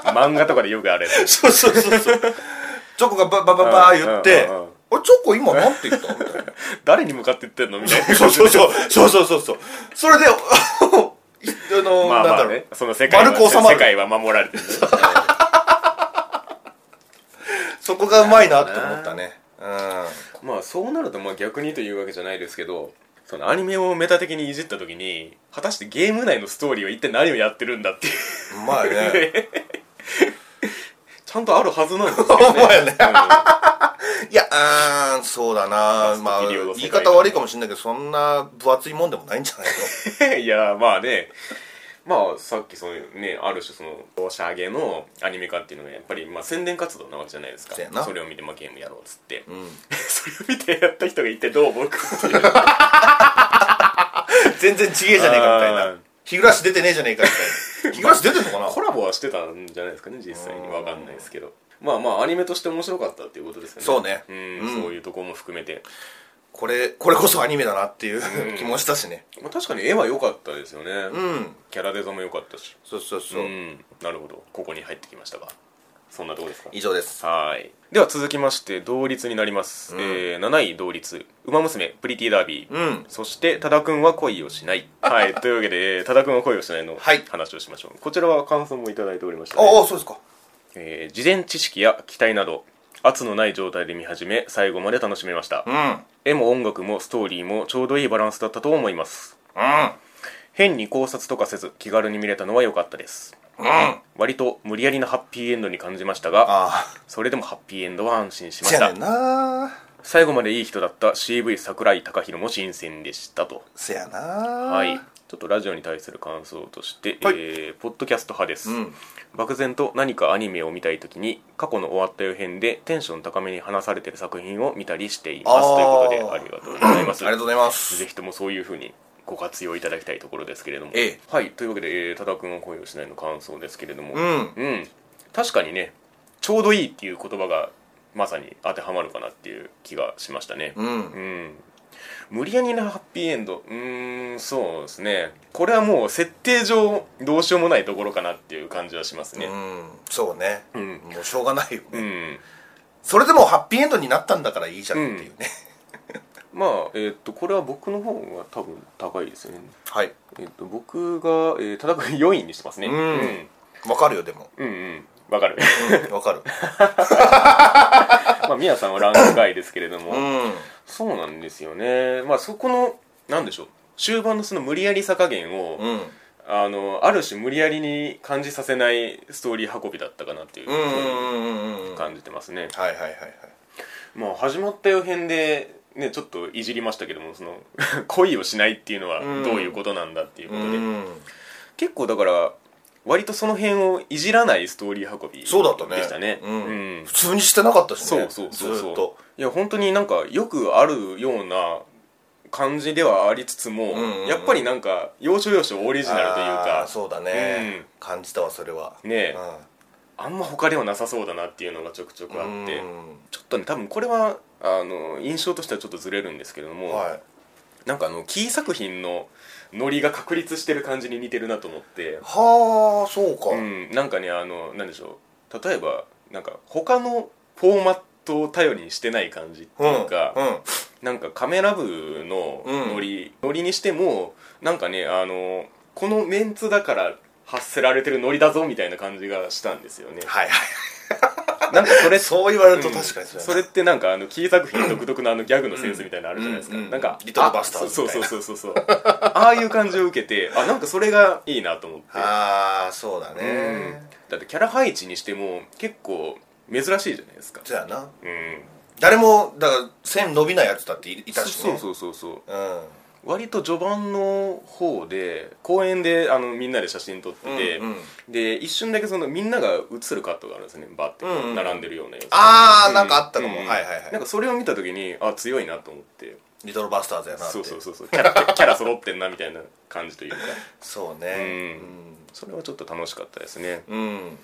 Speaker 1: 漫画とかでよくあるや つ
Speaker 2: そうそうそうそうチョコがババババー言って
Speaker 1: うんうんうんうん
Speaker 2: 「あれチョコ今何て言った?」みたいな
Speaker 1: 誰に向かって言ってんのみたいな
Speaker 2: そうそうそうそうそうそうそうそれであの、
Speaker 1: まあま
Speaker 2: な
Speaker 1: あ
Speaker 2: んだろ
Speaker 1: ね
Speaker 2: う
Speaker 1: その世界は
Speaker 2: 丸く収ま
Speaker 1: 世
Speaker 2: る
Speaker 1: 界は守られてる
Speaker 2: そこがうまいなって思ったねうん
Speaker 1: まあそうなるとまあ逆にというわけじゃないですけどそのアニメをメタ的にいじった時に果たしてゲーム内のストーリーは一体何をやってるんだっていう
Speaker 2: うまいね
Speaker 1: ちゃんとあるはずなんですよ
Speaker 2: ほんまやね
Speaker 1: うんあ
Speaker 2: いやあーそうだなまあ
Speaker 1: ラストピリオド世
Speaker 2: 言い
Speaker 1: 界
Speaker 2: 方悪いかもしれないけどそんな分厚いもんでもないんじゃないの
Speaker 1: の いやまあねまあさっきそのねある種そのおしゃげのアニメ化っていうのがやっぱりまあ宣伝活動なわけじゃないですか
Speaker 2: そうやな
Speaker 1: れを見てまあゲームやろうっつって、
Speaker 2: ん
Speaker 1: それを見てやった人が一体どう思うかっていう
Speaker 2: 全然ちげえじゃねえかみた
Speaker 1: あ
Speaker 2: いな
Speaker 1: ー
Speaker 2: 日暮らし出てねえじゃねえかみ たいな日暮らし出てんのかな
Speaker 1: コラボはしてたんじゃないですかね実際にわかんないですけどまあまあアニメとして面白かったっていうことですよね
Speaker 2: そうね
Speaker 1: ん、
Speaker 2: うん
Speaker 1: そういうところも含めて
Speaker 2: これこれこそアニメだなっていう気もしたしね
Speaker 1: まあ、確かに絵は良かったですよね、
Speaker 2: うん
Speaker 1: キャラデザも良かったし
Speaker 2: そうそうそう、
Speaker 1: んなるほどここに入ってきましたがそんなとこですか
Speaker 2: 以上です
Speaker 1: はいでは続きまして同率になります、
Speaker 2: うん
Speaker 1: えー7位同率「ウマ娘プリティダービー」
Speaker 2: うん
Speaker 1: そして「多田くんは恋をしない」 はいというわけでえー「多田くんは恋をしない」の
Speaker 2: はい
Speaker 1: 話をしましょう、こちらは感想もいただいておりました、
Speaker 2: あ
Speaker 1: ね、
Speaker 2: あそうですか
Speaker 1: えー事前知識や期待など圧のない状態で見始め最後まで楽しめました、
Speaker 2: うんうん
Speaker 1: 絵も音楽もストーリーもちょうどいいバランスだったと思います変に考察とかせず気軽に見れたのは良かったです
Speaker 2: うんあ
Speaker 1: 割と無理やりなハッピーエンドに感じましたが
Speaker 2: あ
Speaker 1: それでもハッピーエンドは安心しま
Speaker 2: せ
Speaker 1: し
Speaker 2: や
Speaker 1: た
Speaker 2: ねんな
Speaker 1: 最後までいい人だった CV 桜井貴弘も新鮮でしたと
Speaker 2: せやな
Speaker 1: はいちょっとラジオに対する感想として、
Speaker 2: はい
Speaker 1: えーポッドキャスト派です、
Speaker 2: うん
Speaker 1: 漠然と何かアニメを見たい時に過去の終わった予編でテンション高めに話されてる作品を見たりしていますということでありがとうございま
Speaker 2: あ
Speaker 1: す
Speaker 2: りがとうございます
Speaker 1: ぜひともそういうふうにご活用いただきたいところですけれども、
Speaker 2: ええ
Speaker 1: はいというわけで、えー、多田君は恋をしないの感想ですけれども、
Speaker 2: うん
Speaker 1: うん確かにねちょうどいいっていう言葉がまさに当てはまるかなっていう気がしましたね
Speaker 2: う
Speaker 1: うんん無理やりなハッピーエンドうーんそうですねこれはもう設定上どうしようもないところかなっていう感じはします
Speaker 2: う
Speaker 1: ね
Speaker 2: んそうね、
Speaker 1: ん
Speaker 2: もうしょうがないよね、
Speaker 1: うん、
Speaker 2: それでもハッピーエンドになったんだからいいじゃんっていうね、
Speaker 1: まあえっ、とこれは僕の方が多分高いですよね
Speaker 2: はい
Speaker 1: えっ、と僕が、えー、多田君4位にしてますね
Speaker 2: うんわかるよでも
Speaker 1: うんうんわかる
Speaker 2: うんわかる
Speaker 1: まあ宮さんはランク外ですけれども、
Speaker 2: うん
Speaker 1: そうなんですよねまあそこのなんでしょう終盤のその無理やりさ加減を、
Speaker 2: うん
Speaker 1: あのある種無理やりに感じさせないストーリー運びだったかなっていう
Speaker 2: うん
Speaker 1: ふ
Speaker 2: うんうんうん
Speaker 1: うん
Speaker 2: う
Speaker 1: に
Speaker 2: はい
Speaker 1: 感じてますね、
Speaker 2: はいはいはい
Speaker 1: まあ始まった予編でねちょっといじりましたけどもその 恋をしないっていうのは
Speaker 2: うん
Speaker 1: どういうことなんだっていう
Speaker 2: う
Speaker 1: ことで、
Speaker 2: ん
Speaker 1: 結構だから割とその辺をいじらないストーリー運び
Speaker 2: そうだったね
Speaker 1: でしたね
Speaker 2: うん
Speaker 1: うん
Speaker 2: 普通にしてなかったしね
Speaker 1: そうそうそうそう
Speaker 2: ずーっと
Speaker 1: いや本当になんかよくあるような感じではありつつも、
Speaker 2: んうんうん
Speaker 1: やっぱりなんか要所要所オリジナルという
Speaker 2: あー
Speaker 1: か
Speaker 2: そうだね、感じたわそれは
Speaker 1: ねえ
Speaker 2: うん
Speaker 1: あんま他ではなさそうだなっていうのがちょくちょくあって、
Speaker 2: うん
Speaker 1: ちょっとね多分これはあの印象としてはちょっとずれるんですけれども、
Speaker 2: は
Speaker 1: なんかあのキー作品のノリが確立してる感じに似てるなと思って
Speaker 2: い、はあそうか、
Speaker 1: うん、なんかねあのなんでしょう例えばなんか他のフォーマットを頼りにしてない感じっていうか、
Speaker 2: う
Speaker 1: なんかカメラ部のノリ、ノリにしてもなんかねあのこのメンツだから発せられてるノリだぞみたいな感じがしたんですよね
Speaker 2: ん、はいはい
Speaker 1: なんかそれ
Speaker 2: そう言われると
Speaker 1: うん
Speaker 2: 確かにそうやな
Speaker 1: それってなんかあのキー作品独特のあのギャグのセンスみたいなのあるじゃないですか、
Speaker 2: うんうん
Speaker 1: なんか
Speaker 2: リトルバスター
Speaker 1: あ
Speaker 2: ズ
Speaker 1: そ
Speaker 2: み
Speaker 1: う
Speaker 2: たい
Speaker 1: そう
Speaker 2: な
Speaker 1: そうそうそうああいう感じを受けてあなんかそれがいいなと思って
Speaker 2: ああそうだね
Speaker 1: だってキャラ配置にしても結構珍しいじゃないですか
Speaker 2: そうやな
Speaker 1: うん
Speaker 2: 誰もだから線伸びないやつだっていいたしね
Speaker 1: そうそうそうそう
Speaker 2: うん
Speaker 1: 割と序盤の方で公園であのみんなで写真撮ってて、
Speaker 2: うん
Speaker 1: で一瞬だけそのみんなが写るカットがあるんですねバッてこ
Speaker 2: うんう
Speaker 1: うん並んでるようなやつ、
Speaker 2: ああ、
Speaker 1: うん
Speaker 2: なんかあったかも、
Speaker 1: うん
Speaker 2: はいはい
Speaker 1: な
Speaker 2: は
Speaker 1: ん
Speaker 2: い
Speaker 1: かそれを見た時にあ強いなと思って
Speaker 2: リトルバスターズやなって
Speaker 1: そうそうそうそうキャラキャラ揃ってんなみたいな感じというか
Speaker 2: そうね
Speaker 1: それはちょっと楽しかったですね
Speaker 2: うん、うん、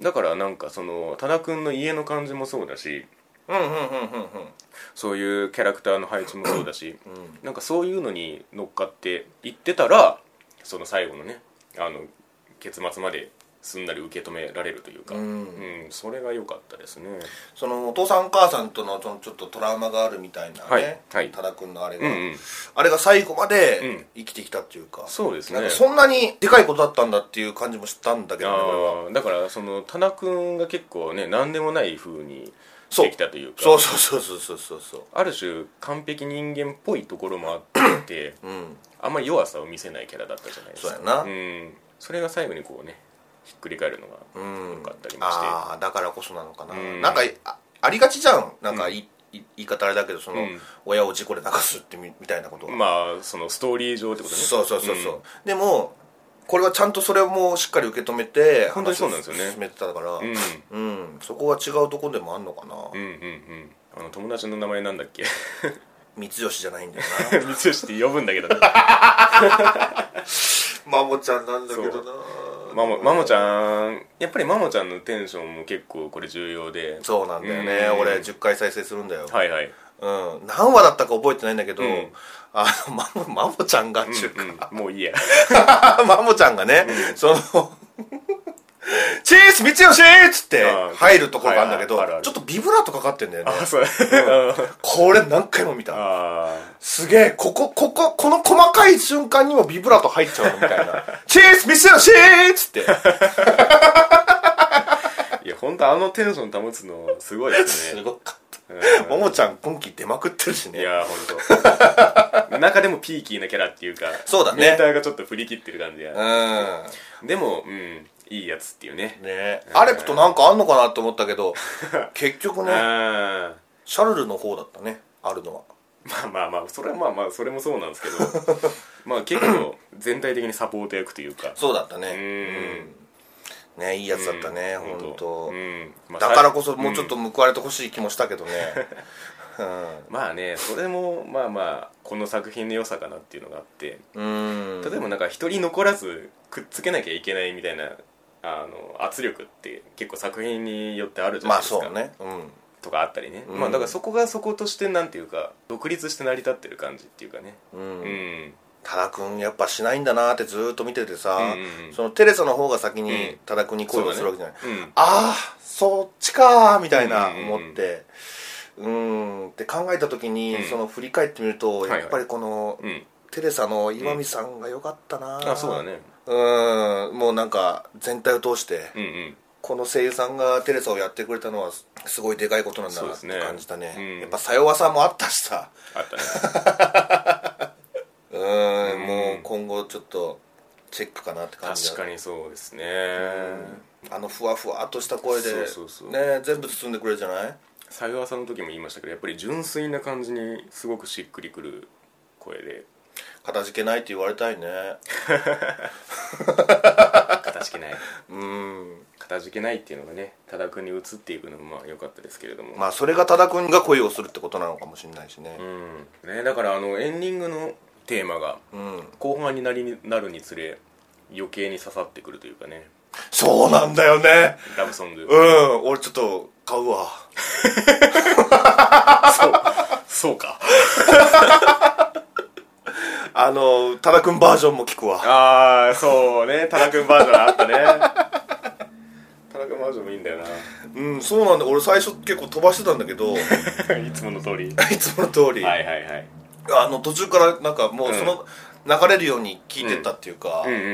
Speaker 1: だからなんかその多田君の家の感じもそうだし
Speaker 2: うんうんうんうんうん
Speaker 1: そういうキャラクターの配置もそうだし、
Speaker 2: ん
Speaker 1: なんかそういうのに乗っかっていってたらその最後のねあの結末まですんなり受け止められるというか、
Speaker 2: うん
Speaker 1: うんそれが良かったですね
Speaker 2: そのお父さんお母さんとのそのちょっとトラウマがあるみたいなね、
Speaker 1: はいはい
Speaker 2: 多田君のあれ
Speaker 1: う
Speaker 2: が、
Speaker 1: んうん
Speaker 2: あれが最後ま
Speaker 1: う
Speaker 2: で
Speaker 1: ん
Speaker 2: 生きてきたっていうか、
Speaker 1: そうですね
Speaker 2: なんかそんなにでかいことだったんだっていう感じもしたんだけどね俺は
Speaker 1: あーだからその田中君が結構ね何でもない風に
Speaker 2: そう
Speaker 1: できたというか
Speaker 2: そうそうそうそうそうそう
Speaker 1: ある種完璧人間っぽいところもあって
Speaker 2: うん
Speaker 1: あんまり弱さを見せないキャラだったじゃないですか
Speaker 2: そうやなん
Speaker 1: それが最後にこうねひっくり返るのが
Speaker 2: うん
Speaker 1: 良かったりもして、
Speaker 2: ああだからこそなのかな、
Speaker 1: うん
Speaker 2: なんかあありがちじゃんなんかい、い言い方あれだけどその、
Speaker 1: うん
Speaker 2: 親を事故で泣かすってみみたいなことは、
Speaker 1: まあそのストーリー上ってことね
Speaker 2: そうそうそうそう、
Speaker 1: ん
Speaker 2: でもこれはちゃんとそれもしっかり受け止めて
Speaker 1: 本当にそうなんですよね
Speaker 2: 話を進めてたから、
Speaker 1: うん
Speaker 2: うん、そこは違うとこでもあんのかな、
Speaker 1: うんうんうんあの友達の名前なんだっけ
Speaker 2: 三吉じゃないんだよ
Speaker 1: 三 吉って呼ぶんだけど ね
Speaker 2: なマモちゃんなんだけどな
Speaker 1: マモマモちゃんやっぱりマモちゃんのテンションも結構これ重要で
Speaker 2: そうなんだよね、
Speaker 1: うん
Speaker 2: 俺10回再生するんだよ、
Speaker 1: はいはい
Speaker 2: うん、何話だったか覚えてないんだけど、
Speaker 1: うん
Speaker 2: あのマモマモちゃんが中
Speaker 1: うんうん、もういいや
Speaker 2: マモちゃんがね、そのチーズ道吉っつって
Speaker 1: あー
Speaker 2: 入るところがあるんだけど、
Speaker 1: はいはいあるある
Speaker 2: ちょっとビブラートかかってんだよね
Speaker 1: あそう
Speaker 2: これ何回も見た
Speaker 1: あ
Speaker 2: すげえこここここの細かい瞬間にもビブラート入っちゃうのみたいな チーズ道吉っつって
Speaker 1: ーいや本当あのテンション保つのすごいです
Speaker 2: す
Speaker 1: ね
Speaker 2: ごかった
Speaker 1: うん
Speaker 2: ももちゃん今季出まくってるし
Speaker 1: い
Speaker 2: ね
Speaker 1: やー本 当中でもピーキーなキャラっていうか
Speaker 2: そうだね
Speaker 1: メーターがちょっと振り切ってる感じや、
Speaker 2: う
Speaker 1: でもうんいいやつっていうね
Speaker 2: んねアレクとなんかあんのかなと思った けど結局ね
Speaker 1: あ
Speaker 2: シャルルの方だったねあるのは
Speaker 1: ーまあまあまあそれはまあまあそれもそうなんですけ どまあ結構全体的にサポート役というか
Speaker 2: そうだったね
Speaker 1: うーん
Speaker 2: うんねいいやつだったね、
Speaker 1: うん
Speaker 2: 本当、
Speaker 1: うんまあ
Speaker 2: だからこそもうちょっ
Speaker 1: ん
Speaker 2: と報われてほしい気もしたけどね、
Speaker 1: まあねそれもまあまあこの作品の良さかなっていうのがあって
Speaker 2: うん、うん
Speaker 1: 例えばなんか一人残らずくっつけなきゃいけないみたいなあの圧力って結構作品によってあるじゃない
Speaker 2: まあ
Speaker 1: ですか、
Speaker 2: そうね、うん、
Speaker 1: とかあったりね、
Speaker 2: うん
Speaker 1: まあだからそこがそことしてなんていうか独立して成り立ってる感じっていうかね
Speaker 2: うん
Speaker 1: うん
Speaker 2: 多田君やっぱしないんだなってずーっと見ててさ、
Speaker 1: うんうん
Speaker 2: そのテレサの方が先
Speaker 1: う
Speaker 2: に
Speaker 1: ん
Speaker 2: 多田君に恋をするわけじゃない、
Speaker 1: そうだねうん
Speaker 2: ああそっちかーみたいな
Speaker 1: うんうんうん
Speaker 2: 思ってうんって考えた時に、
Speaker 1: うん
Speaker 2: その振り返ってみると、
Speaker 1: いはい
Speaker 2: やっぱりこの、
Speaker 1: うん
Speaker 2: テレサの岩見さんが良かったなー
Speaker 1: あそうだね
Speaker 2: うんもうなんか全体を通して、
Speaker 1: うんうん
Speaker 2: この声優さんがテレサをやってくれたのはすすごいでかいことなんだ
Speaker 1: そう
Speaker 2: な
Speaker 1: で
Speaker 2: っ
Speaker 1: す
Speaker 2: て
Speaker 1: ね
Speaker 2: 感じたね
Speaker 1: うん
Speaker 2: やっぱさよわさんもあったしさ
Speaker 1: あった ね
Speaker 2: うーん
Speaker 1: うん
Speaker 2: もう今後ちょっとチェックかなって感じ
Speaker 1: 確
Speaker 2: だ
Speaker 1: かにそうですね、
Speaker 2: あのふわふわっとした声で
Speaker 1: そうそうそう
Speaker 2: ね全部包んでくれるじゃない
Speaker 1: さよわさんの時も言いましたけどやっぱり純粋な感じにすごくしっくりくる声で
Speaker 2: かたじけないって言われたいね
Speaker 1: かたじけない
Speaker 2: うん
Speaker 1: かたじけないっていうのがね多田君に移っていくのもまあ良かったですけれども
Speaker 2: まあそれが多田君が恋をするってことなのかもしれないしね
Speaker 1: うんね、だからあのエンディングのテーマが
Speaker 2: うん
Speaker 1: 後半になりなるにつれ余計に刺さってくるというかね
Speaker 2: そうなんだよね
Speaker 1: ラブソング
Speaker 2: うん俺ちょっと買うわ
Speaker 1: そうそうか
Speaker 2: あの多田君バージョンも聞くわ
Speaker 1: ああそうね田中君バージョンあったね田中君バージョンもいいんだよ
Speaker 2: うんそうなんだ俺最初結構飛ばしてたんだけ どい
Speaker 1: な いつもの通り
Speaker 2: つもの通り
Speaker 1: はいはいはい
Speaker 2: あの途中からなんかもうその流れるように聞いてったっていうか、
Speaker 1: うんうんうん
Speaker 2: う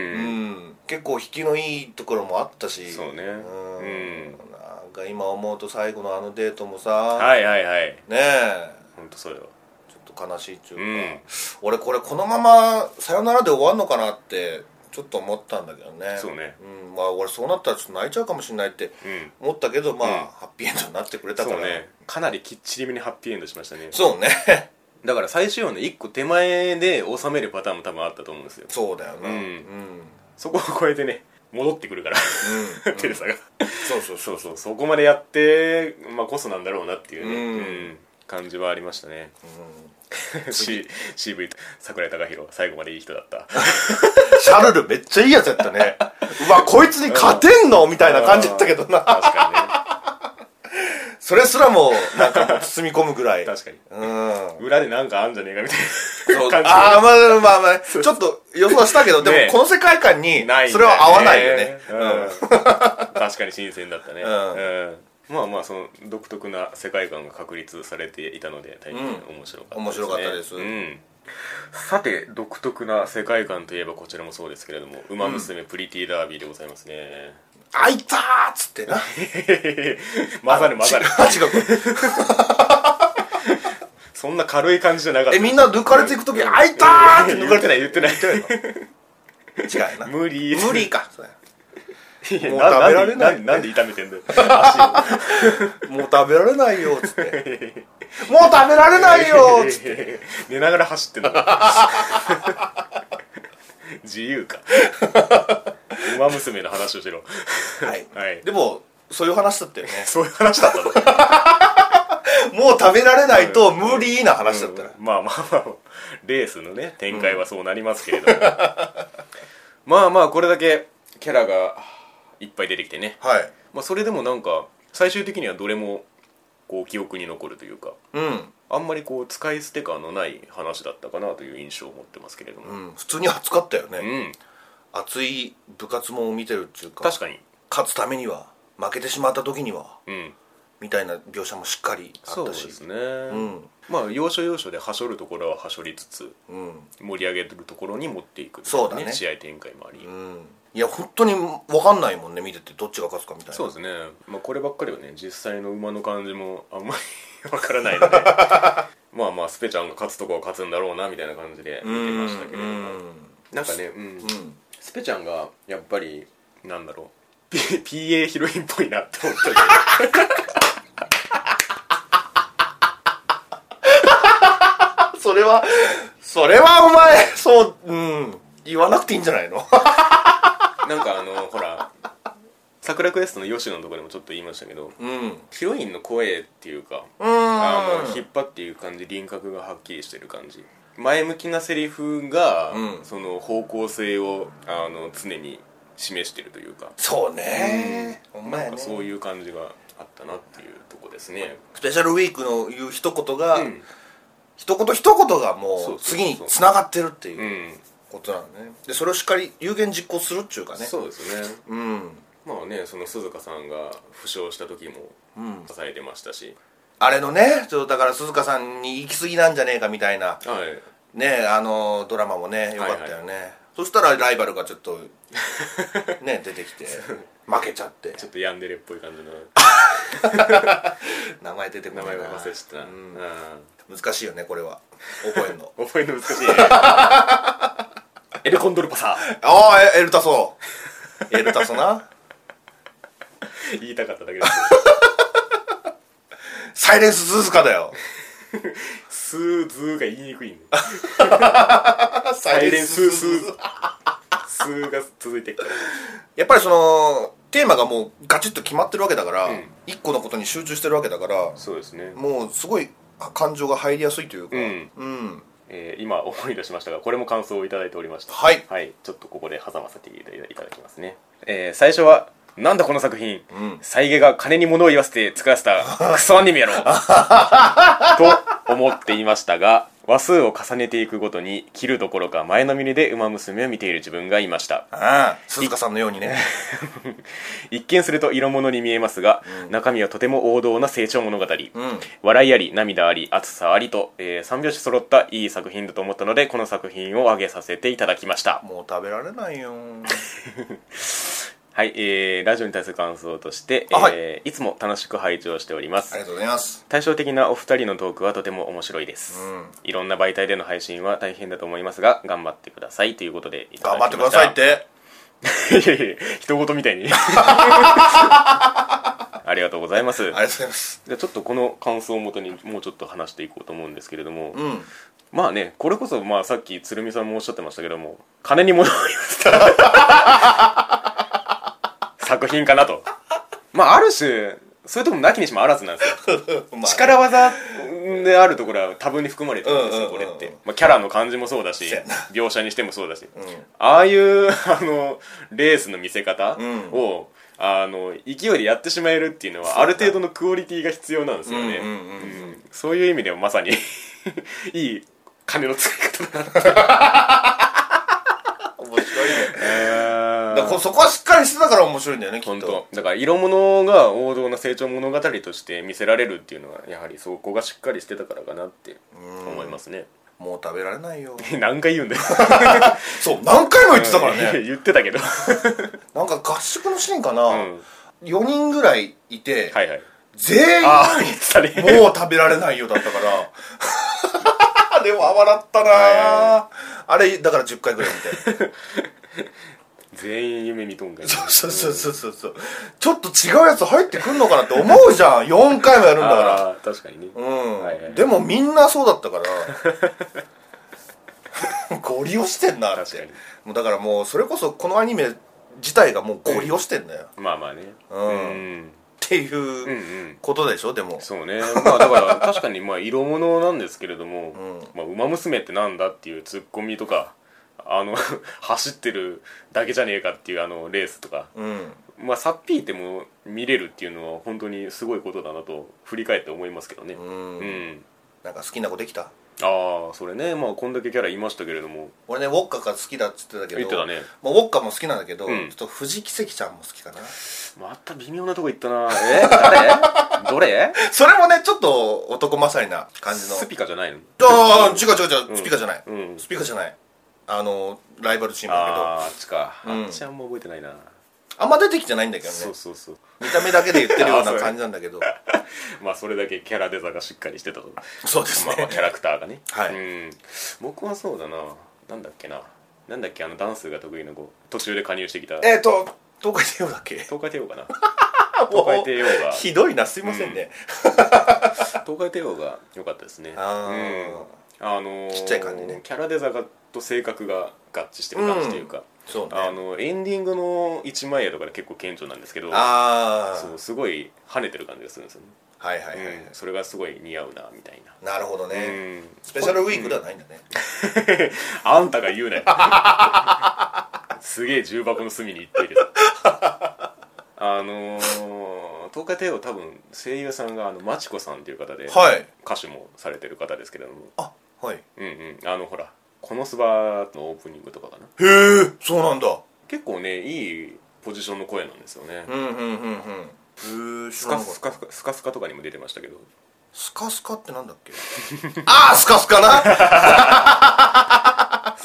Speaker 2: ん結構引きのいいところもあったし
Speaker 1: そうね
Speaker 2: うん
Speaker 1: うん
Speaker 2: なんか今思うと最後のあのデートもさ
Speaker 1: はいはいはい
Speaker 2: ねえ
Speaker 1: ほんとそうよ
Speaker 2: ちょっと悲しいって
Speaker 1: う
Speaker 2: いうか、
Speaker 1: ん
Speaker 2: 俺これこのまま「さよなら」で終わるのかなってちょっと思ったんだけどね
Speaker 1: そうね
Speaker 2: うんまあ俺そうなったらちょっと泣いちゃうかもしれないって
Speaker 1: うん
Speaker 2: 思ったけどまあ、
Speaker 1: うん
Speaker 2: ハッピーエンドになってくれたか
Speaker 1: そ
Speaker 2: ら
Speaker 1: うねかなりきっちりめにハッピーエンドしましたね
Speaker 2: そうね
Speaker 1: だから最終話の1個手前で収めるパターンも多分あったと思うんですよ
Speaker 2: そうだよな
Speaker 1: うん
Speaker 2: うん
Speaker 1: そこを超えてね戻ってくるから
Speaker 2: う ん
Speaker 1: テレサが
Speaker 2: そうそうそ
Speaker 1: そううそうそこまでやって、まあ、こそなんだろうなっていうね、
Speaker 2: うん
Speaker 1: うん感じはありましたね、C CV 桜井貴弘最後までいい人だった
Speaker 2: シャルルめっちゃいいやつやっ たねうわこいつに勝てんのみたいな感じだったけどな
Speaker 1: 確か
Speaker 2: それすらもなんかもう包み込むぐらい
Speaker 1: にね確かに
Speaker 2: うん
Speaker 1: 裏でなんかあんじゃねえかみたい
Speaker 2: そう
Speaker 1: な感じ
Speaker 2: ああ、まあまあまあ、ちょっと予想はしたけど、でも
Speaker 1: ねえ
Speaker 2: この世界観に
Speaker 1: ないんだよね
Speaker 2: それは合わないよね。
Speaker 1: うん確かに新鮮だったね、
Speaker 2: うん
Speaker 1: うんまあまあその独特な世界観が確立されていたので大変面白かったです、ね
Speaker 2: 面白かったです
Speaker 1: うんさて独特な世界観といえばこちらもそうですけれども「ウマ娘プリティダービー」でございます ね、
Speaker 2: あいたーっつってな。
Speaker 1: 混ざる混ざる
Speaker 2: 違う違う。
Speaker 1: そんな軽い感じじゃなかった
Speaker 2: え、みんな抜かれていくと き、あいたーって抜かれてない。
Speaker 1: 言ってない言って
Speaker 2: 違うよな。
Speaker 1: 無理
Speaker 2: 無 理か。そうや
Speaker 1: いや
Speaker 2: もう
Speaker 1: な
Speaker 2: 食べられない
Speaker 1: んでなんで痛めてんだよ足を
Speaker 2: もう食べられないよ、つって。もう食べられないよ、つって。
Speaker 1: 寝ながら走ってんだ 自由かウマ娘の話をしろ
Speaker 2: はい。
Speaker 1: はい
Speaker 2: でも、そういう話だったよね。
Speaker 1: そういう話だったの
Speaker 2: もう食べられないと無理な話だったら。
Speaker 1: まあまあまあレースのね展開はそうなりますけれども、まあまあこれだけキャラがいっぱい出てきてね、
Speaker 2: はい。
Speaker 1: まあ、それでもなんか最終的にはどれもこう記憶に残るというか
Speaker 2: うん。
Speaker 1: あんまりこう使い捨て感のない話だったかなという印象を持ってますけれども、
Speaker 2: うん。普通に暑かったよね。
Speaker 1: うん、
Speaker 2: 熱い部活も見てるっていうか
Speaker 1: 確かに、
Speaker 2: 勝つためには負けてしまった時には
Speaker 1: うん、
Speaker 2: みたいな描写もしっかりあ
Speaker 1: そ
Speaker 2: っ
Speaker 1: うで
Speaker 2: たし
Speaker 1: すね、
Speaker 2: ん
Speaker 1: まあ要所要所ではしょるところははしょりつつ
Speaker 2: うん、
Speaker 1: 盛り上げるところに持っていく
Speaker 2: そうだね
Speaker 1: 試合展開もあり、
Speaker 2: うん、いや本当に分かんないもんね見ててどっちが勝つかみたいな
Speaker 1: そうですね、まあ、こればっかりはね実際の馬の感じもあんまり わからないので まあまあスペちゃんが勝つとこは勝つんだろうなみたいな感じで見てましたけれど
Speaker 2: う
Speaker 1: も
Speaker 2: ん
Speaker 1: なんかね、うん
Speaker 2: うん
Speaker 1: スペちゃんがやっぱりなんだろう P- PA ヒロインっぽいなって思ったけど
Speaker 2: あそれはそれはお前そううん言わなくていいんじゃないの
Speaker 1: なんかあのほら桜クエストの吉野のところでもちょっと言いましたけど
Speaker 2: うんうん
Speaker 1: ヒロインの声っていうかあの
Speaker 2: あ
Speaker 1: 引っ張っていく感じ輪郭がはっきりしてる感じ前向きなセリフが、
Speaker 2: うん
Speaker 1: その方向性をあの常に示してるというか
Speaker 2: そうねお前
Speaker 1: なん
Speaker 2: ね
Speaker 1: かそういう感じがあったなっていうとこですね
Speaker 2: スペシャルウィークの言う一言が、
Speaker 1: うん、
Speaker 2: 一言一言がも
Speaker 1: そうそうそう
Speaker 2: う次につながってるっていう
Speaker 1: うん
Speaker 2: ことなのねでそれをしっかり有言実行するっていうかね
Speaker 1: そうですね
Speaker 2: うん
Speaker 1: まあねその鈴鹿さんが負傷した時も
Speaker 2: うん
Speaker 1: 支えてましたし、
Speaker 2: あれのねちょっとだから鈴鹿さんに行き過ぎなんじゃねえかみたいな
Speaker 1: はい
Speaker 2: ねあのドラマもねよかったよね、そしたらライバルがちょっ とね出てきて負けちゃって
Speaker 1: ちょっとヤンデレっぽい感じの
Speaker 2: 名前出てこな
Speaker 1: 名
Speaker 2: い
Speaker 1: 前
Speaker 2: な
Speaker 1: が忘れちゃったな、うん
Speaker 2: 難しいよねこれは覚えんの
Speaker 1: 覚えるの難しいねエルコンドルパサ
Speaker 2: ああエルタソエルタソ な
Speaker 1: ー言いたかっただけです
Speaker 2: サイレンス鈴鹿だよ
Speaker 1: スーズーが言いにくいんだよス
Speaker 2: サ
Speaker 1: ースーが続いてっから
Speaker 2: やっぱりそのテーマがもうガチッと決まってるわけだから、
Speaker 1: うん
Speaker 2: 一個のことに集中してるわけだから
Speaker 1: そうですね、
Speaker 2: もうすごい感情が入りやすいというか
Speaker 1: うん
Speaker 2: うん、
Speaker 1: えー今思い出しましたがこれも感想をいただいておりました
Speaker 2: はい
Speaker 1: ちょっとここで挟ませていただきますね、えー最初は「なんだこの作品、
Speaker 2: ん
Speaker 1: 再現が金に物を言わせて作らせたクソアニメや ろ」と思っていましたが話数を重ねていくごとに切るどころか前のめりで「ウマ娘」を見ている自分がいました
Speaker 2: ああ鈴鹿さんのようにね
Speaker 1: 一見すると色物に見えますが、中身はとても王道な成長物語、
Speaker 2: うん
Speaker 1: 笑いあり涙あり熱さありと、えー、三拍子揃ったいい作品だと思ったのでこの作品を挙げさせていただきました
Speaker 2: もう食べられないよ
Speaker 1: はい、えー、ラジオに対する感想として、え
Speaker 2: あはい
Speaker 1: ーい、つも楽しく拝聴しておりま
Speaker 2: あり
Speaker 1: す
Speaker 2: がとうございます
Speaker 1: 対照的なお二人のトークはとても面白いです、いろんな媒体での配信は大変だと思いますが頑張ってくださいということでいただ
Speaker 2: 頑
Speaker 1: き
Speaker 2: 張
Speaker 1: ま
Speaker 2: っ
Speaker 1: してた
Speaker 2: くだ さいって
Speaker 1: いやいやいや人事みたいにあありがとうございます
Speaker 2: りがとうございます
Speaker 1: じゃあちょっとこの感想をもとにもうちょっと話していこうと思うんですけれども、
Speaker 2: うん
Speaker 1: まあねこれこそまあさっき鶴見さんもおっしゃってましたけども金に戻りました 作品かなとまあある種それともなきにしもあらずなんですよ
Speaker 2: まあ
Speaker 1: 力技であるところは多分に含まれてるんですよ
Speaker 2: うん
Speaker 1: こ
Speaker 2: うんうん
Speaker 1: れ
Speaker 2: うん
Speaker 1: って、まあ、キャラの感じもそうだし
Speaker 2: そうやな
Speaker 1: 描写にしてもそうだし、
Speaker 2: ん
Speaker 1: ああいうあのレースの見せ方
Speaker 2: ん
Speaker 1: を、あの勢いでやってしまえるっていうのはある程度のクオリティが必要なんですよね、う
Speaker 2: うんうんうんうん
Speaker 1: んそういう意味ではまさに いい金の使い方だな
Speaker 2: 面白いねだからそこはしっかりしてたから面白いんだよねきっと
Speaker 1: 本当だから色物が王道の成長物語として見せられるっていうのはやはりそこがしっかりしてたからかなって思いますね、
Speaker 2: もう食べられないよ
Speaker 1: 何回言うんだよ
Speaker 2: そう何回も言ってたから ね
Speaker 1: 言ってたけど
Speaker 2: なんか合宿のシーンかな、
Speaker 1: ん
Speaker 2: 4人ぐらいいて、
Speaker 1: はいはい
Speaker 2: 全員
Speaker 1: ああ言ってたね
Speaker 2: もう食べられないよだったから でも笑ったなああれだから10回ぐらい見て
Speaker 1: 全員夢見とんかい
Speaker 2: そうそうそうそうそうちょっと違うやつ入ってくんのかなって思うじゃん4回もやるんだから
Speaker 1: ああ確かにね、
Speaker 2: うん、
Speaker 1: はいはい
Speaker 2: でもみんなそうだったから ゴリ押してんなっ
Speaker 1: 確か
Speaker 2: て
Speaker 1: に
Speaker 2: もうだからもうそれこそこのアニメ自体がもうゴリ押してんだよ、っ
Speaker 1: まあまあね
Speaker 2: うん
Speaker 1: うん
Speaker 2: て
Speaker 1: うんう
Speaker 2: いうんことでしょでも
Speaker 1: そうねまあだから確かにまあ色物なんですけれども
Speaker 2: ん
Speaker 1: 「まあ、馬娘ってなんだ?」っていうツッコミとかあの 走ってるだけじゃねえかっていうあのレースとか
Speaker 2: うん
Speaker 1: まあさっぴいても見れるっていうのは本当にすごいことだなと振り返って思いますけどね
Speaker 2: うん
Speaker 1: うん
Speaker 2: なんか好きな子できた
Speaker 1: ああそれねまあこんだけキャラいましたけれども
Speaker 2: 俺ねウォッカが好きだっつってたけど
Speaker 1: 言ってたね
Speaker 2: まあ、ウォッカも好きなんだけど、
Speaker 1: うん
Speaker 2: ちょっと藤木関ちゃんも好きかな
Speaker 1: また微妙なとこ行ったな え誰どれ
Speaker 2: それもねちょっと男勝りな感じの
Speaker 1: スピカじゃないの
Speaker 2: ああ違う違う違う、スピカじゃない、
Speaker 1: うん
Speaker 2: スピカじゃないあのライバルチームだけど
Speaker 1: あーあっちか、
Speaker 2: うん
Speaker 1: あっちあんま覚えてないな、
Speaker 2: あんま出てきてないんだけどね
Speaker 1: そうそうそう
Speaker 2: 見た目だけで言ってるよう
Speaker 1: あそ
Speaker 2: な
Speaker 1: う
Speaker 2: 感じなんだけど
Speaker 1: まあそれだけキャラデザがしっかりして たとま
Speaker 2: そうです
Speaker 1: あまあ
Speaker 2: ね
Speaker 1: キャラクターがね
Speaker 2: はい
Speaker 1: うん僕はそうだななんだっけななんだっけあのダンスが得意な子途中で加入してきた
Speaker 2: えっと東海帝王だっけ
Speaker 1: 東海帝王 かな
Speaker 2: もう
Speaker 1: 東海帝王が
Speaker 2: ひどいなすいませんね、
Speaker 1: 東海帝王が良かったですね
Speaker 2: あー
Speaker 1: うんあのー
Speaker 2: ちっちゃい感じね
Speaker 1: キャラデザがと性格が合致してる感じというか、
Speaker 2: そうね
Speaker 1: あのエンディングの一枚絵とかで結構顕著なんですけど
Speaker 2: あー
Speaker 1: そうすごい跳ねてる感じがするんですよね、
Speaker 2: はいはいはいはい、
Speaker 1: うんそれがすごい似合うなみたいな、
Speaker 2: なるほどね、
Speaker 1: うん
Speaker 2: スペシャルウィークではないんだね、
Speaker 1: あんたが言うなよすげえ重箱の隅に行っているあのー、東海帝王多分声優さんがあのマチコさんという方で、
Speaker 2: はい
Speaker 1: 歌手もされてる方ですけれども
Speaker 2: あはい
Speaker 1: うんうんあのほら「このスバ」のオープニングとかかな
Speaker 2: へえそうなんだ
Speaker 1: 結構ねいいポジションの声なんですよね、
Speaker 2: うんうんうんうんへえ
Speaker 1: ス
Speaker 2: ス
Speaker 1: カ
Speaker 2: カ
Speaker 1: ス
Speaker 2: スカ
Speaker 1: カスカスカとかにも出てましたけど
Speaker 2: スカスカってなんだっけ ああスカスカな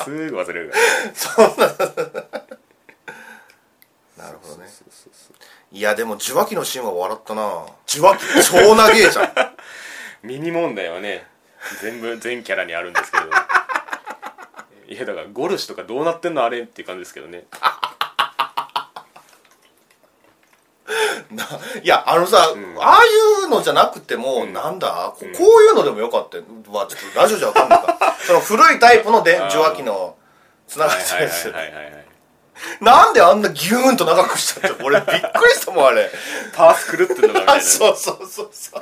Speaker 1: すぐ忘れる
Speaker 2: なるほどね
Speaker 1: そうそうそう
Speaker 2: いやでも受話器のシーンは笑ったな受話器超長えじゃん
Speaker 1: ミニ問題はね全部全キャラにあるんですけどいやだからゴルシュとかどうなってんのあれっていう感じですけどね
Speaker 2: いやあのさ、ああいうのじゃなくても、なんだここういうのでもよかったよわちょっとラジオじゃわかんな いかその古いタイプので
Speaker 1: あー
Speaker 2: 受話器のつなが
Speaker 1: は
Speaker 2: っ
Speaker 1: い
Speaker 2: て
Speaker 1: は
Speaker 2: る
Speaker 1: い
Speaker 2: やつ
Speaker 1: はいはいはいはい
Speaker 2: なんであんなギューンと長くしたって俺びっくりしたもんあれ
Speaker 1: パース狂ってんのかみたいな
Speaker 2: あそうそうそうそう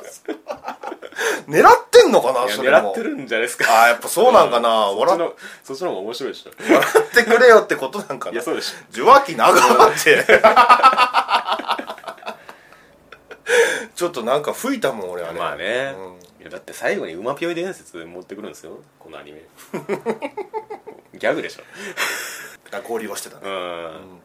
Speaker 2: そう狙ってんのかない
Speaker 1: や
Speaker 2: それも
Speaker 1: 狙ってるんじゃないですか
Speaker 2: あーやっぱそうなんかな
Speaker 1: うんそっ
Speaker 2: 笑
Speaker 1: ち
Speaker 2: っ
Speaker 1: のそっちの方が面白いでしょ
Speaker 2: 笑ってくれよってことなんか
Speaker 1: い
Speaker 2: な
Speaker 1: やそうでしょ
Speaker 2: 受話器長ってちょっとなんか吹いたもん俺あれ
Speaker 1: まあね、
Speaker 2: うん
Speaker 1: いやだって最後に「馬ぴょい伝説」持ってくるんですよこのアニ メギャグでしょ
Speaker 2: あ合流はしてたね
Speaker 1: うん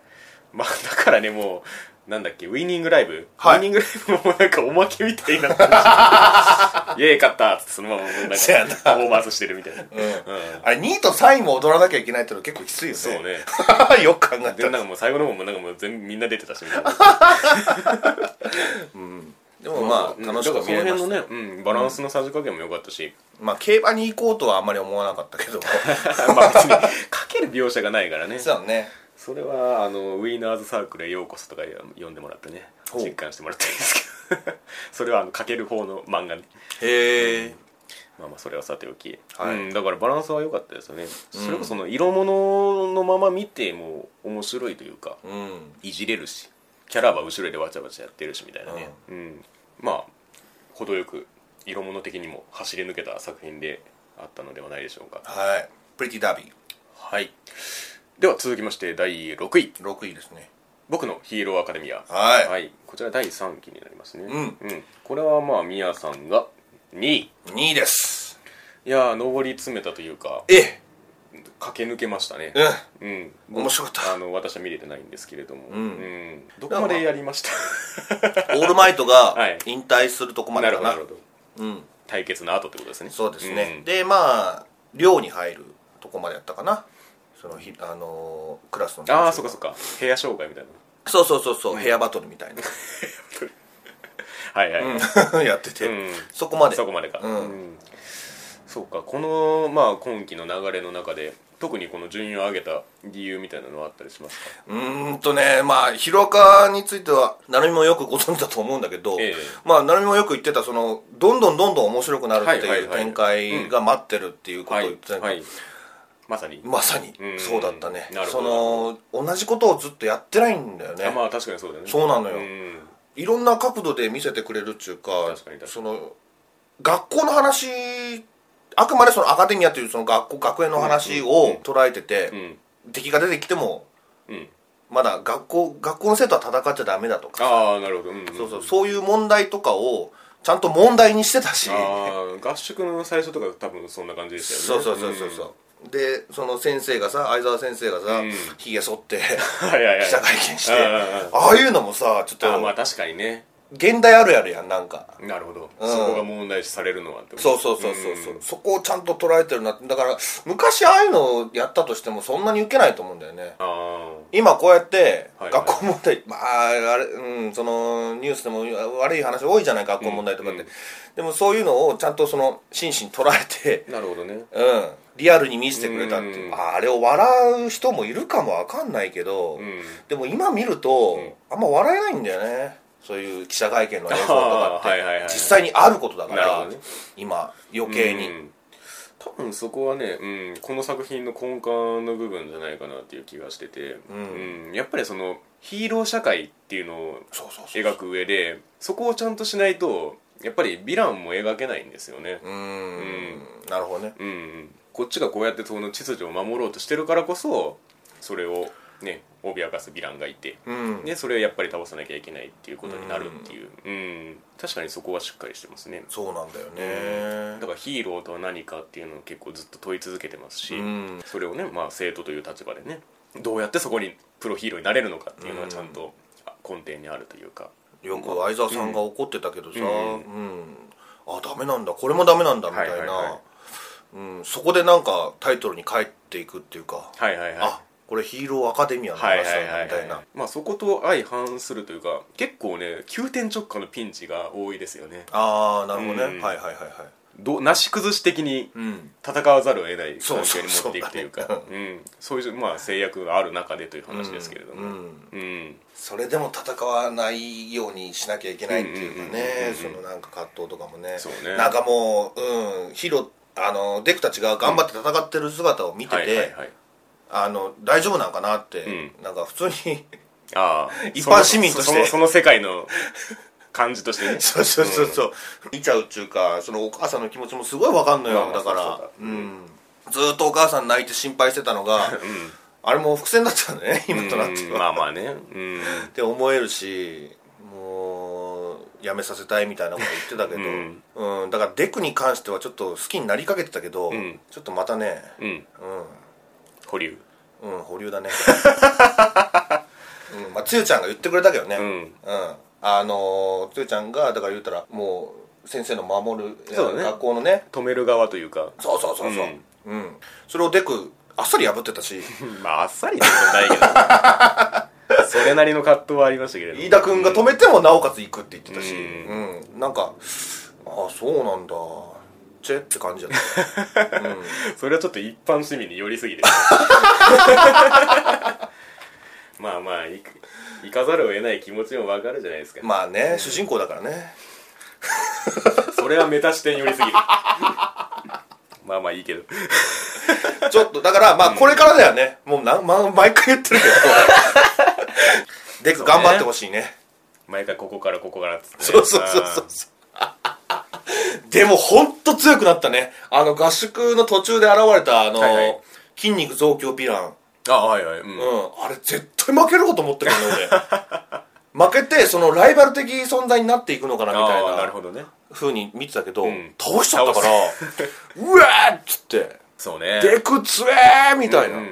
Speaker 1: まあだからねもうなんだっけウィニングライブ、
Speaker 2: はい
Speaker 1: ウィニングライブももうなんかおまけみたいにな ってるイエーイ勝ったっつってそのままもうなんか
Speaker 2: せやな
Speaker 1: パフォーマンスしてるみたいな、
Speaker 2: うんあれ2位と3位も踊らなきゃいけないっての結構きついよね
Speaker 1: そうね
Speaker 2: よく考え
Speaker 1: でな
Speaker 2: た
Speaker 1: ん
Speaker 2: ら
Speaker 1: かもう最後の方もなんかもう全みんな出てたしみたいな
Speaker 2: でもま
Speaker 1: う
Speaker 2: あ
Speaker 1: ん
Speaker 2: 楽しく
Speaker 1: だか
Speaker 2: 見
Speaker 1: ら
Speaker 2: れ
Speaker 1: その
Speaker 2: まし
Speaker 1: 辺
Speaker 2: た
Speaker 1: のね、うん、バランスのさじ加減も良かった し、
Speaker 2: まあ競馬に行こうとはあんまり思わなかった けど
Speaker 1: まあ別にかける描写がないからね
Speaker 2: そうだね
Speaker 1: それはあのウィーナーズサークルへようこそとか呼んでもらってね
Speaker 2: ほう
Speaker 1: 実感してもらっていいですけど それはあのかける方の漫画ね
Speaker 2: へえ
Speaker 1: まあまあそれはさておき、
Speaker 2: はい
Speaker 1: うん、だからバランスは良かったですよね、それこその色物のまま見ても面白いというか
Speaker 2: うん
Speaker 1: いじれるしキャラは後ろでわちゃわちゃやってるしみたいなね、うんまあ程よく色物的にも走り抜けた作品であったのではないでしょうか
Speaker 2: はいプリティダービ
Speaker 1: はいでは続きまして第6位
Speaker 2: ー6位ですね
Speaker 1: 僕のヒーローアカデミア
Speaker 2: はい
Speaker 1: こちら第3期になりますねうんこれはまあミヤさんが2位
Speaker 2: 2位です
Speaker 1: いやー上り詰めたというか
Speaker 2: え
Speaker 1: 駆け抜けましたね
Speaker 2: う
Speaker 1: うん、
Speaker 2: 面白かった
Speaker 1: あの私は見れてないんですけれども、
Speaker 2: ん
Speaker 1: うんどこまでやりました
Speaker 2: んオールマイ ト
Speaker 1: は
Speaker 2: が
Speaker 1: い
Speaker 2: 引退するとこまで
Speaker 1: なる
Speaker 2: か
Speaker 1: ほど
Speaker 2: な
Speaker 1: なるほど
Speaker 2: うん
Speaker 1: 対決の後ってことですね
Speaker 2: そうですね、
Speaker 1: ん
Speaker 2: でまあ寮に入るとこまでやったかなそのひあのークラスの連中
Speaker 1: ああそっかそっか部屋障害みたいな
Speaker 2: そうそうそうそう、ヘアバトルみたいな
Speaker 1: はいはい、はい
Speaker 2: やってて、
Speaker 1: うん
Speaker 2: そこまで
Speaker 1: そこまでか、
Speaker 2: うん
Speaker 1: そうかこの、まあ、今期の流れの中で特にこの順位を上げた理由みたいなのはあったりしますか
Speaker 2: うーんとねまあヒロアカについてはなるみもよくご存知だと思うんだけど、
Speaker 1: ええ
Speaker 2: まあなるみもよく言ってたそのどんどんどんどん面白くなるって
Speaker 1: はい
Speaker 2: い
Speaker 1: は
Speaker 2: う
Speaker 1: いはい
Speaker 2: 展開が待ってるっていうことを
Speaker 1: は
Speaker 2: 言っ
Speaker 1: い
Speaker 2: てたけど、
Speaker 1: はいまさに、
Speaker 2: まさに
Speaker 1: うん
Speaker 2: そうだったね
Speaker 1: なる
Speaker 2: そ
Speaker 1: ほ
Speaker 2: の
Speaker 1: ど
Speaker 2: 同じことをずっとやってないんだよね
Speaker 1: あまあ確かにそうだよね
Speaker 2: そうなのよ
Speaker 1: ん
Speaker 2: いろんな角度で見せてくれるっていうか
Speaker 1: 確かに確かに
Speaker 2: その学校の話あくまでそのアカデミアというその学校学園の話を捉えてて、
Speaker 1: ん
Speaker 2: 敵が出てきても
Speaker 1: うん
Speaker 2: まだ学校学校の生徒は戦っちゃダメだとか
Speaker 1: ああなるほど、うんん
Speaker 2: そうそうそういう問題とかをちゃんと問題にしてたし
Speaker 1: ああ合宿の最初とか多分そんな感じでしたよ
Speaker 2: そう
Speaker 1: ね
Speaker 2: そうそうそうそう、でその先生がさ相沢先生がさ
Speaker 1: ん
Speaker 2: ひげ、剃って
Speaker 1: うんはいはいはい
Speaker 2: 記者会見して
Speaker 1: うんうんうん
Speaker 2: ああいうのもさちょっ
Speaker 1: あー
Speaker 2: と、
Speaker 1: まあ確かにね
Speaker 2: 現代あるあるやんなんか
Speaker 1: なるほど、
Speaker 2: ん
Speaker 1: そこが問題視されるのはってこと
Speaker 2: そうそうそうそうそう、そこをちゃんと捉えてるなってだから昔ああいうのをやったとしてもそんなに受けないと思うんだよね
Speaker 1: あ
Speaker 2: 今こうやって
Speaker 1: はい
Speaker 2: 学校問題、まああれうんそのニュースでも悪い話多いじゃない学校問題とかって、
Speaker 1: うん
Speaker 2: でもそういうのをちゃんとその真摯に捉えて
Speaker 1: あなるほどね
Speaker 2: うんリアルに見せてくれたっていう、
Speaker 1: うん
Speaker 2: ああれを笑う人もいるかもわかんないけど、
Speaker 1: うん
Speaker 2: でも今見ると、あんま笑えないんだよねそういう記者会見の映像とかって、
Speaker 1: あーはいはいはい
Speaker 2: 実際にあることだか
Speaker 1: なる
Speaker 2: ら、
Speaker 1: ほどね
Speaker 2: 今余計に、
Speaker 1: うん多分そこはね、うん、この作品の根幹の部分じゃないかなっていう気がしてて、
Speaker 2: ん
Speaker 1: うんやっぱりそのヒーロー社会っていうのを
Speaker 2: そうそうそう
Speaker 1: 描く上でそこをちゃんとしないとやっぱりヴィランも描けないんですよね
Speaker 2: う、ーんなるほどね
Speaker 1: うんうんこっちがこうやってその秩序を守ろうとしてるからこそそれをね脅かすヴィランがいて、
Speaker 2: うん
Speaker 1: でそれをやっぱり倒さなきゃいけないっていうことになるっていう、うん確かにそこはしっかりしてますね
Speaker 2: そうなんだよ
Speaker 1: だ
Speaker 2: ね
Speaker 1: からヒーローとは何かっていうのを結構ずっと問い続けてますし、
Speaker 2: うん
Speaker 1: それをね、まあ、生徒という立場でねどうやってそこにプロヒーローになれるのかっていうのはちゃんとあ根底にあるというか
Speaker 2: よく相沢さんが怒ってたけどさ、う
Speaker 1: うんん
Speaker 2: あダメなんだこれもダメなんだみたいな、
Speaker 1: はいはいは
Speaker 2: うん、そこでなんかタイトルに帰っていくっていうか、
Speaker 1: はいはいはい
Speaker 2: あこれヒーローアカデミアの
Speaker 1: はい
Speaker 2: 話
Speaker 1: は
Speaker 2: な
Speaker 1: い
Speaker 2: ん
Speaker 1: は
Speaker 2: だ
Speaker 1: い
Speaker 2: みたい
Speaker 1: は
Speaker 2: ない
Speaker 1: まあそこと相反するというか結構ね急転直下のピンチが多いですよね
Speaker 2: ああなるほどね、
Speaker 1: うん
Speaker 2: はいはいはいはい
Speaker 1: どなし崩し的に
Speaker 2: うん
Speaker 1: 戦わざるを得ない
Speaker 2: そう
Speaker 1: 環
Speaker 2: そ
Speaker 1: 境
Speaker 2: う
Speaker 1: に持っていくというか
Speaker 2: そう
Speaker 1: うんそういう、まあ、制約がある中でという話ですけれども
Speaker 2: う
Speaker 1: うん
Speaker 2: ん
Speaker 1: うん
Speaker 2: それでも戦わないようにしなきゃいけないっていうかねそのなんか葛藤とかもね
Speaker 1: そうね
Speaker 2: なんかもう、うん、ヒロあのデクたちが頑張って戦ってる姿を見て
Speaker 1: はい
Speaker 2: て、
Speaker 1: はいはい
Speaker 2: あの大丈夫なんかなって、なんか普通に
Speaker 1: ああ
Speaker 2: 一般市民とし
Speaker 1: そ
Speaker 2: て
Speaker 1: のそのその世界の感じと してね
Speaker 2: そうそうそうそう見ちゃうっていうかそのお母さんの気持ちもすごいわかんのよ、
Speaker 1: まあま
Speaker 2: だ
Speaker 1: あ
Speaker 2: から
Speaker 1: そうだ
Speaker 2: うん、ずーっとお母さん泣いて心配してた のが、あれも伏線だったんだね今となっては、
Speaker 1: うんまあまあねうん
Speaker 2: って思えるしもうやめさせたいみたいなこと言ってたけど、うんだからデクに関してはちょっと好きになりかけてたけど、
Speaker 1: ん
Speaker 2: ちょっとまたね
Speaker 1: うん保留
Speaker 2: うん、うん、保留だね うんまあつゆちゃんが言ってくれたけどね
Speaker 1: う
Speaker 2: うん、
Speaker 1: ん
Speaker 2: あのーつゆちゃんがだから言うたらもう先生の守る、
Speaker 1: そうだね
Speaker 2: 学校のね
Speaker 1: 止める側というか
Speaker 2: そうそうそうそううん、それをデクあっさり破ってたし
Speaker 1: まああっさりってことはないけど それなりの葛藤はありましたけれども
Speaker 2: 飯田君が止めてもなおかつ行くって言ってたし、う
Speaker 1: うん
Speaker 2: なんかああそうなんだチェって感じだった
Speaker 1: それはちょっと一般市民に寄りすぎてるまあまあい行かざるを得ない気持ちもわかるじゃないですか、
Speaker 2: まあね、主人公だからね
Speaker 1: それはメタ視点寄りすぎる まあまあいいけど
Speaker 2: ちょっとだからまあこれからだよね、もうなん、ま、毎回言ってる けどで、頑張ってほしいね
Speaker 1: 毎回ここからここからっつってね
Speaker 2: そうそうそうそうそうでもほんと強くなったねあの合宿の途中で現れたあの、
Speaker 1: はいはい
Speaker 2: 筋肉増強ヴィラン
Speaker 1: ああはいはいうん、
Speaker 2: うん、あれ絶対負けるかと思ったけどね俺負 けてそのライバル的存在になっていくのかなみたい
Speaker 1: ああなる
Speaker 2: な
Speaker 1: ほどね
Speaker 2: ふうに見てたけど、
Speaker 1: ん
Speaker 2: 倒しちゃったから「うわーっ!」つ って
Speaker 1: そう
Speaker 2: 「
Speaker 1: ね
Speaker 2: デクつえー!」みたいなう
Speaker 1: うんん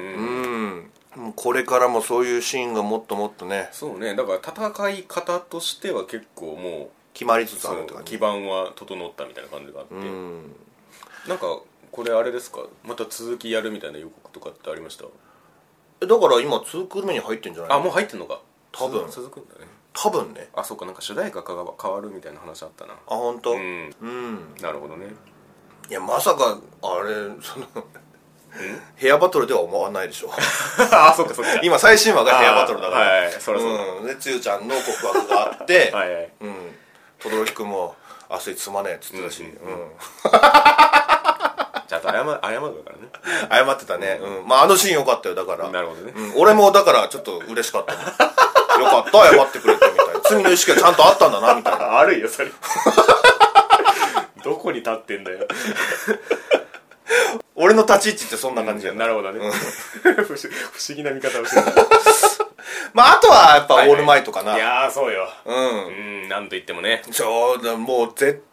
Speaker 1: うん
Speaker 2: もうこれからもそういうシーンがもっともっとね
Speaker 1: そうねだから戦い方としては結構も
Speaker 2: 決まりつ
Speaker 1: う
Speaker 2: つあ
Speaker 1: そ
Speaker 2: るっ
Speaker 1: の
Speaker 2: て感
Speaker 1: 基
Speaker 2: じ
Speaker 1: 盤は整ったみたいな感じがあって、
Speaker 2: うん
Speaker 1: なんかこれあれですかまた続きやるみたいな予告とかってありました
Speaker 2: えだから今2クール目に入ってんじゃない
Speaker 1: あもう入ってんのか
Speaker 2: 多分
Speaker 1: 続続くんだね
Speaker 2: 多分ね
Speaker 1: あそうかなんか主題歌が変わるみたいな話あったな
Speaker 2: あ本当。
Speaker 1: うん
Speaker 2: うん
Speaker 1: なるほどね
Speaker 2: いやまさかあれそのヘアバトルでは思わないでしょ
Speaker 1: あそうかそうか
Speaker 2: 今最新話がヘアバトルだから
Speaker 1: はいそりゃそうだ、
Speaker 2: うん、でつゆちゃんの告白があ って、
Speaker 1: はいはい
Speaker 2: うん、轟君も「明日つまねえ」っつってたし、
Speaker 1: う
Speaker 2: うん
Speaker 1: ちゃんと謝謝るからね
Speaker 2: 謝ってたね、うんまあ、あのシーンよかったよだから
Speaker 1: なるほどね
Speaker 2: うん、俺もだからちょっと嬉しかった もんよかった謝ってくれてみたいな罪の意識がちゃんとあったんだなみたいな
Speaker 1: あるよそれ どこに立ってんだよ
Speaker 2: 俺の立ち位置ってそんな感じや
Speaker 1: な
Speaker 2: な、
Speaker 1: るほどね 不思不思議な見方をしてる
Speaker 2: まああとはやっぱオ
Speaker 1: はい
Speaker 2: ールマイトかな、
Speaker 1: いやーそうよ
Speaker 2: う
Speaker 1: うんんなんと言ってもね
Speaker 2: そうだもう絶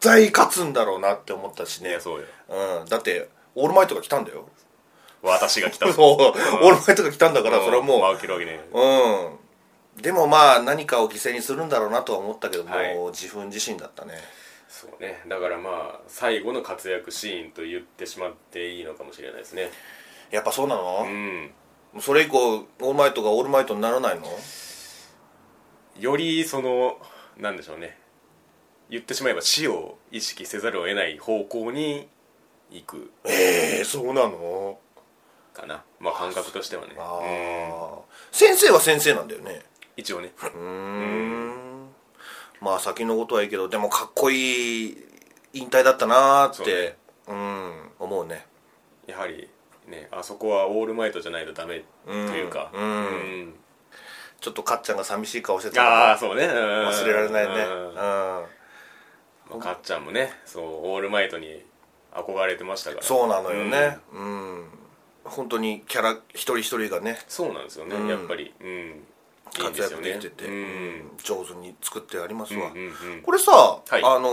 Speaker 2: 対勝つんだろうなって思ったし
Speaker 1: い
Speaker 2: ね
Speaker 1: や、そうよ
Speaker 2: うん、だってオールマイトが来たんだよ
Speaker 1: 私が来 た
Speaker 2: そうオールマイトが来たんだからそれはもう
Speaker 1: 負けるわけね
Speaker 2: うんでもまあ何かを犠牲にするんだろうなとは思ったけども、
Speaker 1: はい
Speaker 2: 自分自身だったね
Speaker 1: そうねだからまあ最後の活躍シーンと言ってしまっていいのかもしれないですね
Speaker 2: やっぱそうなの
Speaker 1: う、ん
Speaker 2: それ以降オールマイトがオールマイトにならないの
Speaker 1: よりそのなんでしょうね言ってしまえば死を意識せざるを得ない方向に行く
Speaker 2: ええそうなの
Speaker 1: かなまあ感覚としてはね
Speaker 2: あ
Speaker 1: うん
Speaker 2: あ、先生は先生なんだよね
Speaker 1: 一応ね
Speaker 2: うーんまあ先のことはいいけどでもかっこいい引退だったなーってう,、ん思うね
Speaker 1: やはりねあそこはオールマイトじゃないとダメというか
Speaker 2: うん
Speaker 1: うん
Speaker 2: ちょっとかっちゃんが寂しい顔してた
Speaker 1: ああ
Speaker 2: か
Speaker 1: そうね
Speaker 2: ら忘
Speaker 1: 忘
Speaker 2: れられないねうん
Speaker 1: まあ、かっちゃんもねそうオールマイトに憧れてましたから
Speaker 2: そうなのよねうん、本当にキャラ一人一人がね
Speaker 1: そうなんですよね、
Speaker 2: うん
Speaker 1: やっぱり、うん、いいん
Speaker 2: 活
Speaker 1: ですよ
Speaker 2: 躍で
Speaker 1: ね
Speaker 2: きてて、
Speaker 1: うん
Speaker 2: うん上手に作ってあります
Speaker 1: うんう
Speaker 2: わ、
Speaker 1: んうん、
Speaker 2: これさ、
Speaker 1: い
Speaker 2: あの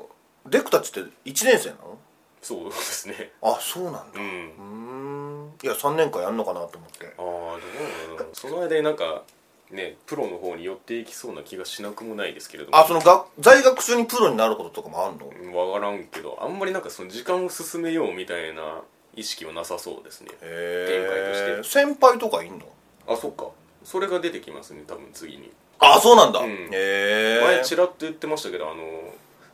Speaker 2: ーデクたちって1年生なの
Speaker 1: そうですね、
Speaker 2: あそうなん
Speaker 1: う
Speaker 2: だ
Speaker 1: ん、
Speaker 2: うーんいや3年間やんのかなと思って
Speaker 1: ああどうなのその間になんかねプロの方に寄っていきそうな気がしなくもないですけれども
Speaker 2: あそのが在学中にプロになることとかもあんの
Speaker 1: 分からんけどあんまりなんかその時間を進めようみたいな意識はなさそうですね展開
Speaker 2: へえ
Speaker 1: と
Speaker 2: 先輩とかいんの
Speaker 1: あそっかそれが出てきますね多分次に
Speaker 2: あそうなんだ、
Speaker 1: うん
Speaker 2: へえ
Speaker 1: 前ちらっと言ってましたけどあの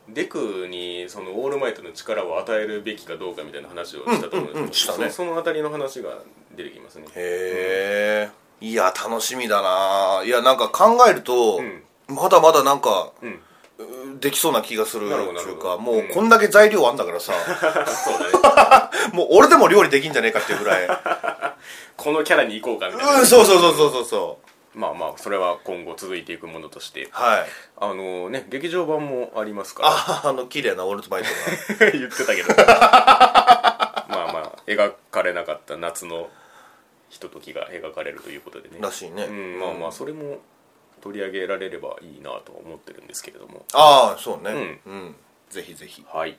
Speaker 1: デクにそのオールマイトの力を与えるべきかどうかみたいな話をしたと思うんですけど、
Speaker 2: うんうんうんしたね
Speaker 1: そその辺りの話が出てき ますね
Speaker 2: へえいや楽しみだないやなんか考えると、
Speaker 1: ん
Speaker 2: まだまだなんか
Speaker 1: うん
Speaker 2: うできそうな気がする
Speaker 1: なるほど
Speaker 2: という
Speaker 1: な
Speaker 2: か
Speaker 1: るほど
Speaker 2: もううんこんだけ材料あんだか らさ
Speaker 1: そうだね
Speaker 2: もう俺でも料理できんじゃねえかっていうぐ らいう
Speaker 1: このキャラに行こうかみたいな、
Speaker 2: んそうそうそうそうそうそう
Speaker 1: まあまあそれは今後続いていくものとして
Speaker 2: はい
Speaker 1: あのね劇場版もありますか
Speaker 2: ああの綺麗なオールトマイト
Speaker 1: ら 言ってたけどまあまあ描かれなかった夏のひとときが描かれるということでね
Speaker 2: がらしいね、
Speaker 1: うん、まあまあそれも取り上げられればいいなとは思ってるんですけれども
Speaker 2: ああそうねうん、ぜひぜひ
Speaker 1: はい